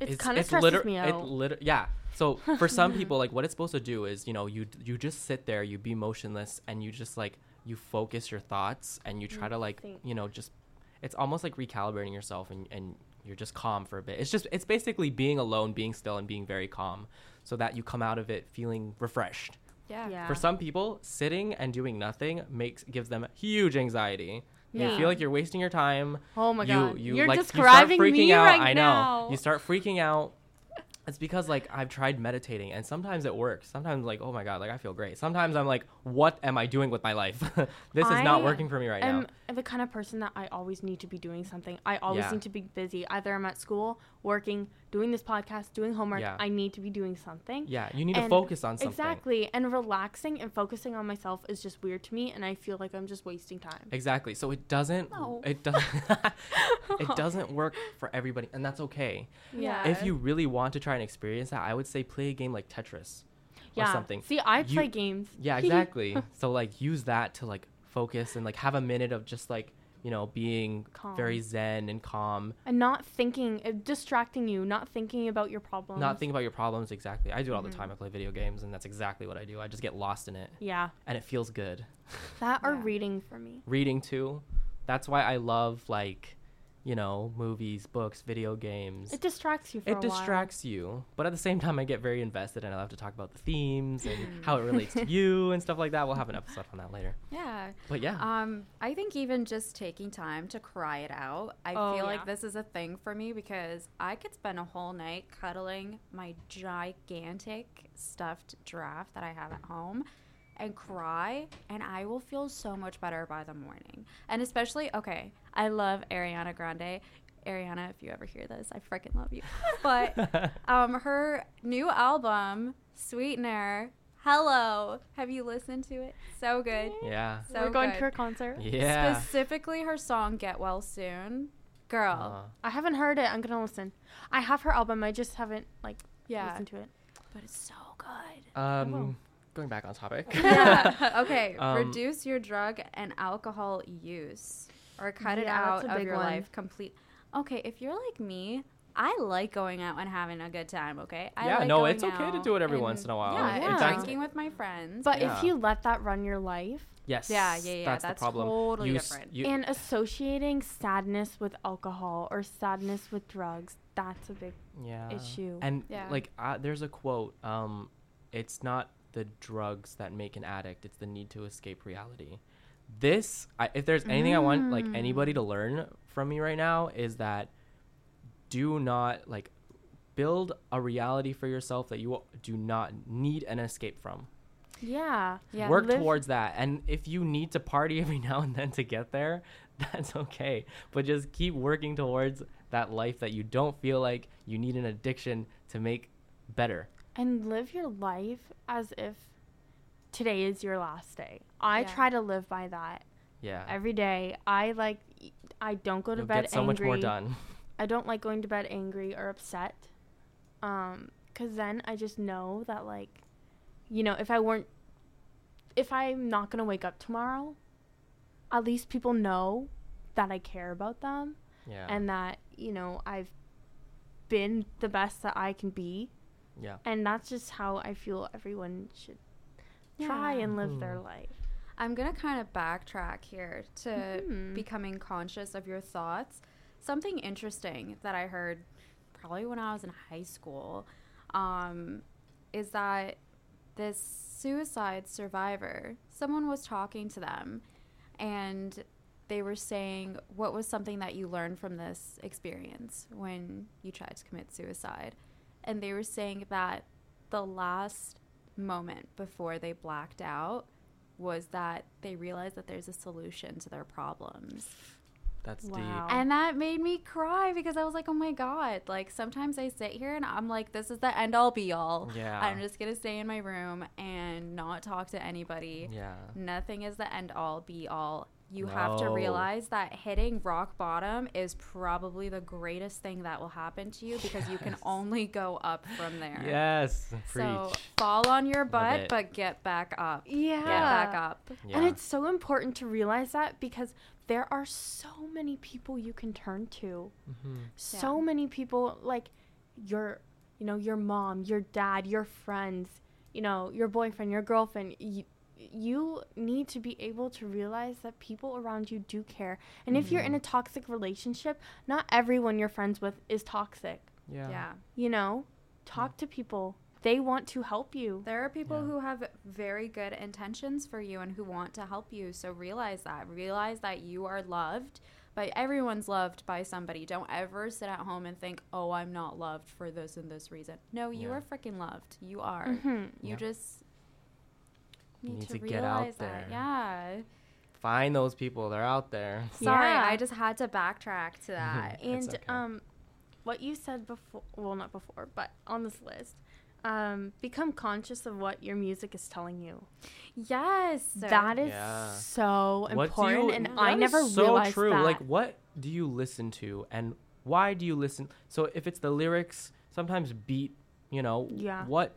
C: It's
B: is-
C: kind of
B: it's
C: stresses
B: liter-
C: me
B: it
C: out.
B: liter- yeah. So for
C: (laughs)
B: some people, like what it's supposed to do is, you know, you you just sit there, you be motionless, and you just like you focus your thoughts and you
C: Mm,
B: try to like
C: think.
B: you know just. It's almost like recalibrating yourself and and you're just calm for a bit. It's just it's basically being alone, being still, and being very calm, so that you come out of it feeling refreshed.
A: yeah
C: Yeah.
B: For some people, sitting and doing nothing makes gives them huge anxiety. You
C: Yeah.
B: feel like you're wasting your time.
C: Oh my
B: you,
C: god.
B: You,
C: You, are
B: like,
C: describing
B: you start freaking
C: me
B: out.
C: right
B: I know.
C: now.
B: You start freaking out. It's because like I've tried meditating and sometimes it works. Sometimes like oh my god, like I feel great. Sometimes I'm like, what am I doing with my life? (laughs) this is
C: I
B: not working for me right now.
C: I'm the kind of person that I always need to be doing something. I always
B: Yeah.
C: need to be busy. Either I'm at school, working, doing this podcast, doing homework.
B: Yeah.
C: I need to be doing something.
B: Yeah, you need to
C: And-
B: focus on something.
C: Exactly. And relaxing and focusing on myself is just weird to me and I feel like I'm just wasting time.
B: Exactly. So it doesn't.
A: No.
B: It doesn't. (laughs)
C: (laughs)
B: it doesn't work for everybody, and that's okay.
A: Yeah.
B: If you really want to try and experience that, I would say play a game like Tetris or something.
C: See, I
B: You-
C: play games. (laughs)
B: Yeah, exactly. so like use that to like focus and like have a minute of just like, you know, being very
C: Calm.
B: zen and calm,
C: and not thinking, uh, distracting you, not thinking about your problems.
B: not think about your problems exactly. I do it all the time. I play video games and that's exactly what I do. I just get lost in it
C: Yeah.
B: and it feels good.
C: That or
A: Yeah.
C: reading for me.
B: Reading too. That's why I love like, you know, movies, books, video games.
C: It distracts you for
B: it
C: a (laughs)
B: distracts you, but at the same time, I get very invested and I love to talk about the themes
A: Hmm.
B: and how it relates
A: (laughs)
B: to you and stuff like that. We'll have an episode on that later.
A: yeah
B: But yeah.
A: Um, I think even just taking time to cry it out, I
C: Oh,
A: feel
C: yeah.
A: like this is a thing for me because I could spend a whole night cuddling my gigantic stuffed giraffe that I have at home and cry, and I will feel so much better by the morning. And especially, okay, I love Ariana Grande. Ariana, if you ever hear this, I freaking love
C: (laughs)
A: you.
B: (laughs)
A: But um, her new album, Sweetener, Hello. Have you listened to it? So good. (laughs)
B: yeah.
C: while.
A: So
C: We're going
A: good.
C: to her concert.
B: Yeah.
A: Specifically her song Get Well Soon.
B: Uh,
A: Girl.
C: I haven't heard it. I'm gonna listen. I have her album. I just haven't like
A: yeah.
C: listened to it.
A: But it's so good.
B: Um,
C: will.
B: going back on topic.
A: (laughs) Oh, yeah.
C: (laughs)
A: Okay.
B: Um,
A: Reduce your drug and alcohol use or cut it
C: Yeah,
A: out
C: that's a
A: of
C: big
A: your
C: one.
A: life complete. Okay, if you're like me, I like going out and having a good time, okay? I
B: Yeah,
A: like
B: no,
A: going
B: it's okay to
A: out
B: do it every
A: and-
B: once in a while.
A: Yeah,
C: In
A: and
C: fact-
A: drinking with my friends.
C: But
B: Yeah.
C: if you let that run your life
B: (laughs) yes.
A: Yeah, yeah, yeah,
B: That's,
A: that's
B: the problem.
A: totally
B: you, s-
A: different.
B: You,
C: and associating sadness with alcohol or sadness with drugs, that's a big
B: yeah.
C: issue.
B: Uh, And
A: Yeah.
B: like, I there's a quote. Um, it's not the drugs that make an addict; it's the need to escape reality. This, I, if there's anything I want like anybody to learn from me right now, is that do not like build a reality for yourself that you do not need an escape from.
C: yeah.
A: yeah.
B: Work
C: Live-
B: towards that, and if you need to party (laughs) every now and then to get there, (laughs) that's okay. But just keep working towards that life that you don't feel like you need an addiction to make better.
C: And live your life as if today is your last day. I
A: Yeah.
C: try to live by that
B: Yeah.
C: every day. I like I don't go to
B: You'll
C: bed
B: get so
C: angry.
B: much more done. (laughs)
C: I don't like going to bed angry or upset. Um, 'cause then I just know that like you know, if I weren't if I'm not going to wake up tomorrow, at least people know that I care about them
B: Yeah.
C: and that, you know, I've been the best that I can be.
B: yeah.
C: And that's just how I feel everyone should
A: Yeah.
C: try and live their
B: Mhm.
C: life.
A: I'm going to kind of backtrack here to
C: Mhm.
A: becoming conscious of your thoughts. Something interesting that I heard probably when I was in high school um, is that this suicide survivor, someone was talking to them and they were saying, What was something that you learned from this experience when you tried to commit suicide? And they were saying that the last moment before they blacked out was that they realized that there's a solution to their problems.
B: That's
C: Wow.
B: deep.
A: And that made me cry because I was like, oh my God. Like sometimes I sit here and I'm like, this is the end all be all.
B: Yeah.
A: I'm just going to stay in my room and not talk to anybody.
B: Yeah.
A: Nothing is the end all be all. You have to
B: No.
A: realize that hitting rock bottom is probably the greatest thing that will happen to you because you can
B: Yes.
A: only go up from there.
B: Yes. Preach.
A: So fall on your butt,
B: it.
A: but get back up.
C: Yeah.
A: Get back up.
B: yeah.
C: And it's so important to realize that because there are so many people you can turn to.
B: Mhm.
C: So
A: Yeah.
C: many people like your you know, your mom, your dad, your friends, you know, your boyfriend, your girlfriend. You, you need to be able to realize that people around you do care. And if you're in a toxic relationship, not everyone you're friends with is toxic.
B: yeah.
A: yeah.
C: You know, talk to people. They want to help you.
A: There are people
B: Yeah.
A: who have very good intentions for you and who want to help you. So realize that. Realize that you are loved by everyone's loved by somebody. Don't ever sit at home and think, "Oh, I'm not loved for this and this reason." No, you
B: Yeah.
A: are freaking loved.
B: (laughs)
A: You are.
C: Mhm.
A: You
B: Yeah.
A: just
B: You
A: need,
B: need
A: to,
B: to get out
A: realize
B: there.
A: that. Yeah.
B: Find those people. They're out there.
A: Sorry,
C: Yeah.
A: I just had to backtrack to that.
B: (laughs) It's
C: And
B: okay.
C: um, what you said before, well, not before, but on this list, um, become conscious of what your music is telling you.
A: yes. sir.
C: That is
B: Yeah.
C: so
B: What do you-
C: important, and
A: that
C: I
B: is
C: never
B: so
C: realized
B: true.
C: that.
B: Like, what do you listen to, and why do you listen? So, if it's the lyrics, sometimes beat, you know,
C: Yeah.
B: what,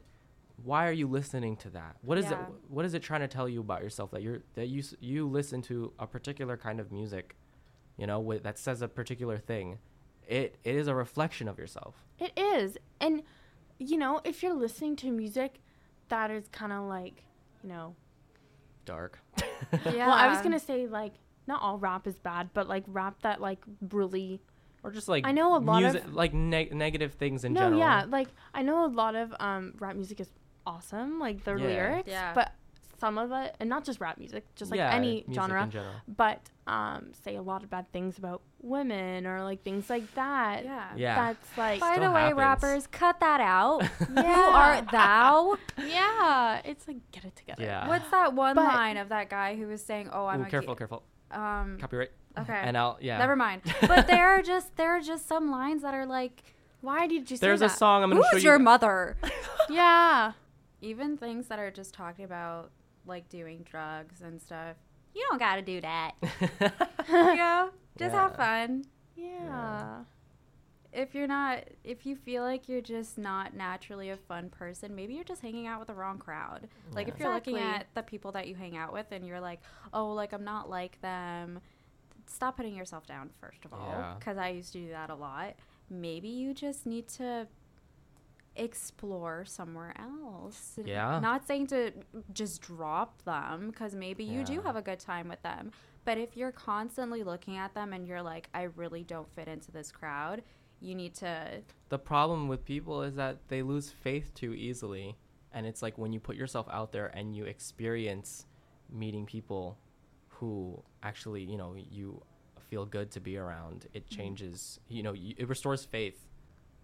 B: why are you listening to that? What is
A: Yeah.
B: it? What is it trying to tell you about yourself that you're that you s- you listen to a particular kind of music, you know, with, that says a particular thing. It it is a reflection of yourself.
C: It is. And, you know, if you're listening to music that is kind of like, you know,
B: Dark. (laughs)
A: Yeah.
C: well, I was going to say, like, not all rap is bad, but like rap that, like, really.
B: or just like
C: I know a lot of-
B: music, like neg- negative things in
C: no,
B: general.
C: yeah. Like, I know a lot of um, rap music is awesome, like the
B: Yeah.
C: lyrics,
A: Yeah.
C: but some of it, and not just rap music, just like
B: Yeah,
C: any
B: music
C: genre,
B: in general.
C: but um, say a lot of bad things about women or like things like that.
A: Yeah.
B: Yeah.
C: That's like,
A: By
B: Still
A: the way,
B: happens.
A: rappers, cut that
C: (laughs)
A: out.
B: (laughs)
A: Who
C: Yeah.
A: art thou?
C: yeah, it's like, get it together.
B: Yeah.
A: What's that one
C: But-
A: line of that guy who was saying, "Oh, I'm
B: Ooh,
A: a
B: careful,
A: gay-
B: careful.
A: um
B: Copyright.
A: okay.
B: And I'll yeah.
A: Never
B: (laughs)
A: mind. But there are just there are just some lines that are like,
C: Why did you say
B: There's
C: that?
B: a song I'm gonna show
A: "Who's
B: you.
A: your mother?" (laughs)
C: Yeah.
A: Even things that are just talking about like doing drugs and stuff. You don't got to (laughs) do that. you know? Just have
B: Yeah.
A: fun.
C: (laughs) Yeah.
A: if you're not if you feel like you're just not naturally a fun person maybe you're just hanging out with the wrong crowd like if you're looking
C: Exactly.
A: at the people that you hang out with and you're like oh like i'm not like them stop putting yourself down first of all
B: Yeah.
A: because i used to do that a lot maybe you just need to explore somewhere else
B: Yeah.
A: not saying to just drop them because maybe you do
B: Yeah.
A: have a good time with them but if you're constantly looking at them and you're like i really don't fit into this crowd you need to
B: (laughs) the problem with people is that they lose faith too easily and it's like when you put yourself out there and you experience meeting people who actually you know you feel good to be around it changes you know y it restores faith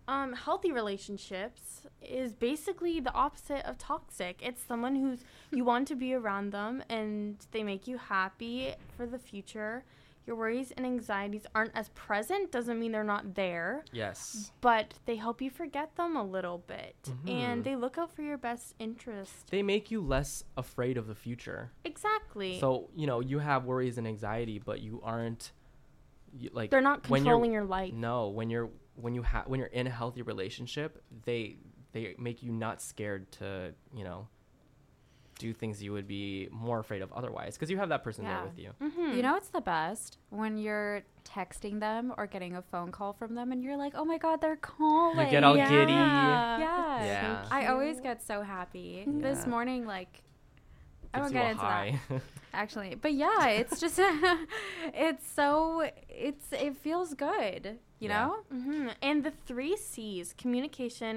C: um, healthy relationships is basically the opposite of toxic. It's someone who's you want to be around them and they make you happy for the future. Your worries and anxieties aren't as present, doesn't mean they're not there,
B: yes
C: but they help you forget them a little bit
B: Mhm.
C: and they look out for your best interest.
B: they make you less afraid of the future
C: Exactly.
B: so you know you have worries and anxiety but you aren't you, like
C: they're not
B: when you're
C: controlling your life.
B: No, when you're when you have when you're in a healthy relationship, they they make you not scared to you know do things you would be more afraid of otherwise because you have that person
A: Yeah.
B: there with you.
A: you
C: Mm-hmm.
A: know it's the best when you're texting them or getting a phone call from them and you're like oh my god they're calling
B: You get all giddy.
C: Yeah.
A: Yeah.
B: Yeah.
C: So
A: i always
C: cute.
A: get so happy this
B: Yeah.
A: morning like i
B: Gives
A: won't
B: you
A: get
B: a
A: into that
B: high.
A: (laughs) actually but yeah it's
B: (laughs)
A: just (laughs) it's so it's it feels good you
B: Yeah.
A: know
C: hmm And the three C's communication,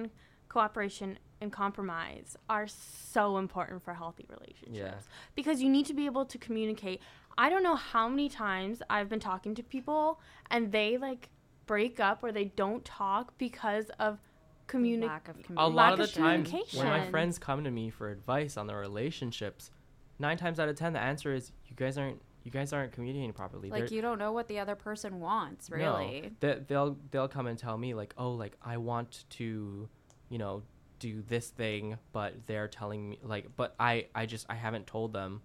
C: cooperation, and compromise are so important for healthy relationships
B: Yeah.
C: because you need to be able to communicate. I don't know how many times I've been talking to people and they like break up or they don't talk because of communication.
A: lack of
B: a
A: communication
B: lot of the
C: of
B: time when my
C: communication.
B: friends come to me for advice on their relationships, nine times out of ten the answer is you guys aren't you guys aren't communicating properly. There-
A: like you don't know what the other person wants really
B: No, they, they'll they'll come and tell me like, oh, like I want to, you know, do this thing, but they're telling me like, but I I just I haven't told them.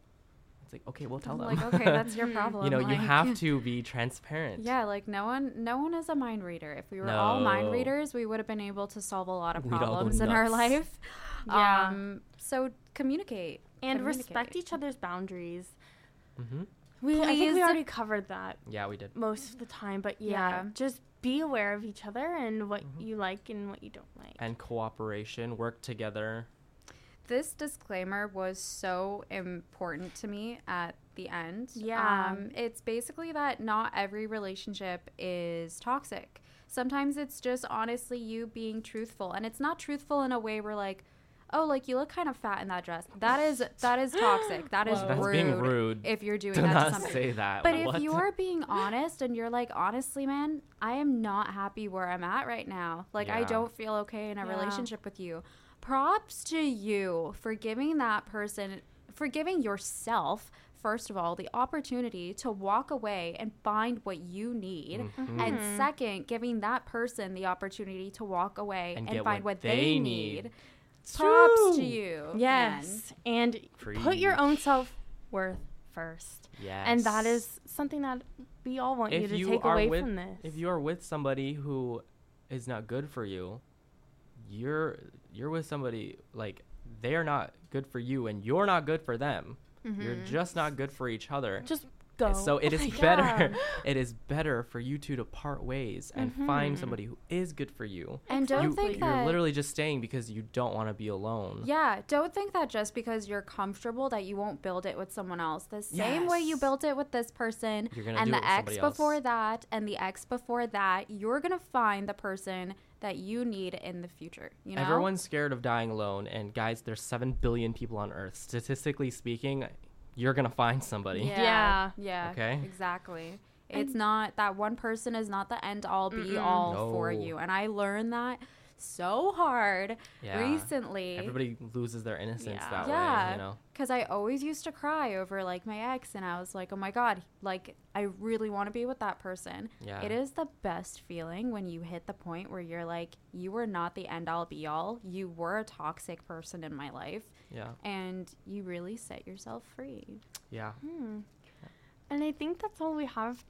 B: It's like okay, we'll tell
A: I'm
B: them.
A: like
B: (laughs)
A: okay that's your
C: You
A: problem
B: you know, you
A: like- (laughs)
B: have to be transparent.
A: yeah like no one no one is a mind reader if we were all mind
B: No.
A: readers we would have been able to solve a lot of
B: We'd all go
A: problems in our
B: nuts.
A: life
C: Yeah.
A: um so communicate
C: and
A: Communicate.
C: respect each other's boundaries.
B: hmm
A: we,
C: I think we already covered that
B: Yeah, we did.
C: most of the time, but yeah,
A: Yeah.
C: just be aware of each other and what
B: Mhm.
C: you like and what you don't like.
B: And cooperation, work together.
A: this disclaimer was so important to me at the end.
C: Yeah.
A: Um, it's basically that not every relationship is toxic. Sometimes it's just honestly you being truthful, and it's not truthful in a way where like, oh, like you look kind of fat in that dress. That is that is toxic. That is
C: Whoa.
B: That's
A: rude.
B: being rude.
A: If you're doing
B: Do
A: that to
B: not
A: somebody.
B: say that.
A: But
B: What?
A: if you are
B: (laughs)
A: being honest and you're like, honestly, man, I am not happy where I'm at right now. Like, I
B: Yeah.
A: don't feel okay in a
C: Yeah.
A: relationship with you. Props to you for giving that person, for giving yourself, first of all, the opportunity to walk away and find what you need.
B: Mhm.
C: Mm-hmm.
A: And second, giving that person the opportunity to walk away
B: And
A: and,
B: get
A: find
B: what
A: what,
B: they
A: they,
B: need.
A: need. Props
B: True.
A: to you. man.
C: Yes. And put your own self worth first.
B: Yes.
C: And that is something that we all want you
B: if
C: to
B: you
C: take
B: are
C: away
B: with
C: from this.
B: if you are with somebody who is not good for you you're you're with somebody like they are not good for you and you're not good for them
C: Mm-hmm.
B: you're
A: Mm-hmm.
B: just not good for each other
C: just go.
B: so it
C: Oh
B: is (laughs)
C: my
B: better
C: God.
B: it is better for you two to part ways and find somebody who is good for you
A: And Mm-hmm. don't
B: you,
C: Exactly.
A: think
B: you're
A: that
B: literally just staying because you don't want to be alone
A: Yeah, don't think that just because you're comfortable that you won't build it with someone else. The same way you
B: Yes.
A: built it with this person
B: You're gonna
A: and
B: do it
A: the
B: with
A: ex
B: somebody else.
A: before that and the ex before that, you're going to find the person that you need in the future, you know?
B: Everyone's scared of dying alone, and guys, there's seven billion people on Earth. Statistically speaking, you're gonna find somebody.
A: Yeah. Yeah.
B: Okay.
A: Exactly. It's not that one person is not the end all be all for
B: No.
A: you. And I learned that so hard
B: Yeah.
A: recently.
B: Everybody loses their innocence
C: Yeah.
B: that way,
A: Yeah.
B: you know.
A: Because I always used to cry over like my ex, and I was like, oh my God, like I really want to be with that person.
B: Yeah.
A: It is the best feeling when you hit the point where you're like, you were not the end all be all. You were a toxic person in my life,
B: Yeah.
A: and you really set yourself free.
B: Yeah.
C: Hmm. And I think that's all we have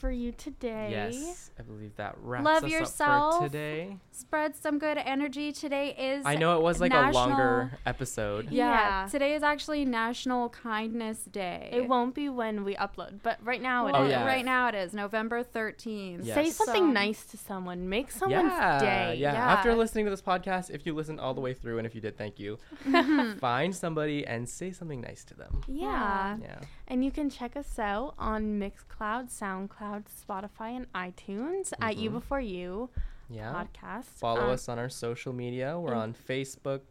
C: for you today.
B: Yes, I believe that wraps
A: Love
B: us
A: yourself.
B: up for today.
A: Spread some good energy. Today is
B: I know it was like a longer
A: national-
B: episode.
A: Yeah,
C: Yeah.
A: today is actually National Kindness Day.
C: It won't be when we upload, but right now it
A: Well,
B: Oh, yeah.
A: Right now it is November 13th.
B: Yes.
C: Say something
A: So-
C: nice to someone. Make someone's
B: yeah,
C: day.
B: Yeah.
A: yeah.
B: After listening to this podcast, if you listened all the way through, and if you did, thank you. (laughs) Find somebody and say something nice to them.
C: Yeah.
B: Yeah.
C: And you can check us out on Mixcloud, SoundCloud, Spotify, and iTunes at You Before You
B: Mm-hmm. Yeah.
C: podcast.
B: Follow
C: Um,
B: us on our social media. We're
C: in-
B: on Facebook,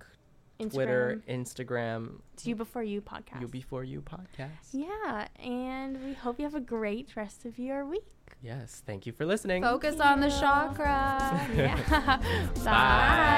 C: Instagram,
B: Twitter, Instagram,
C: It's You Before You podcast.
B: You Before You podcast.
C: yeah. And we hope you have a great rest of your week.
B: Yes. Thank you for listening.
C: (laughs)
A: Focus on the chakra.
C: Yeah.
B: Bye.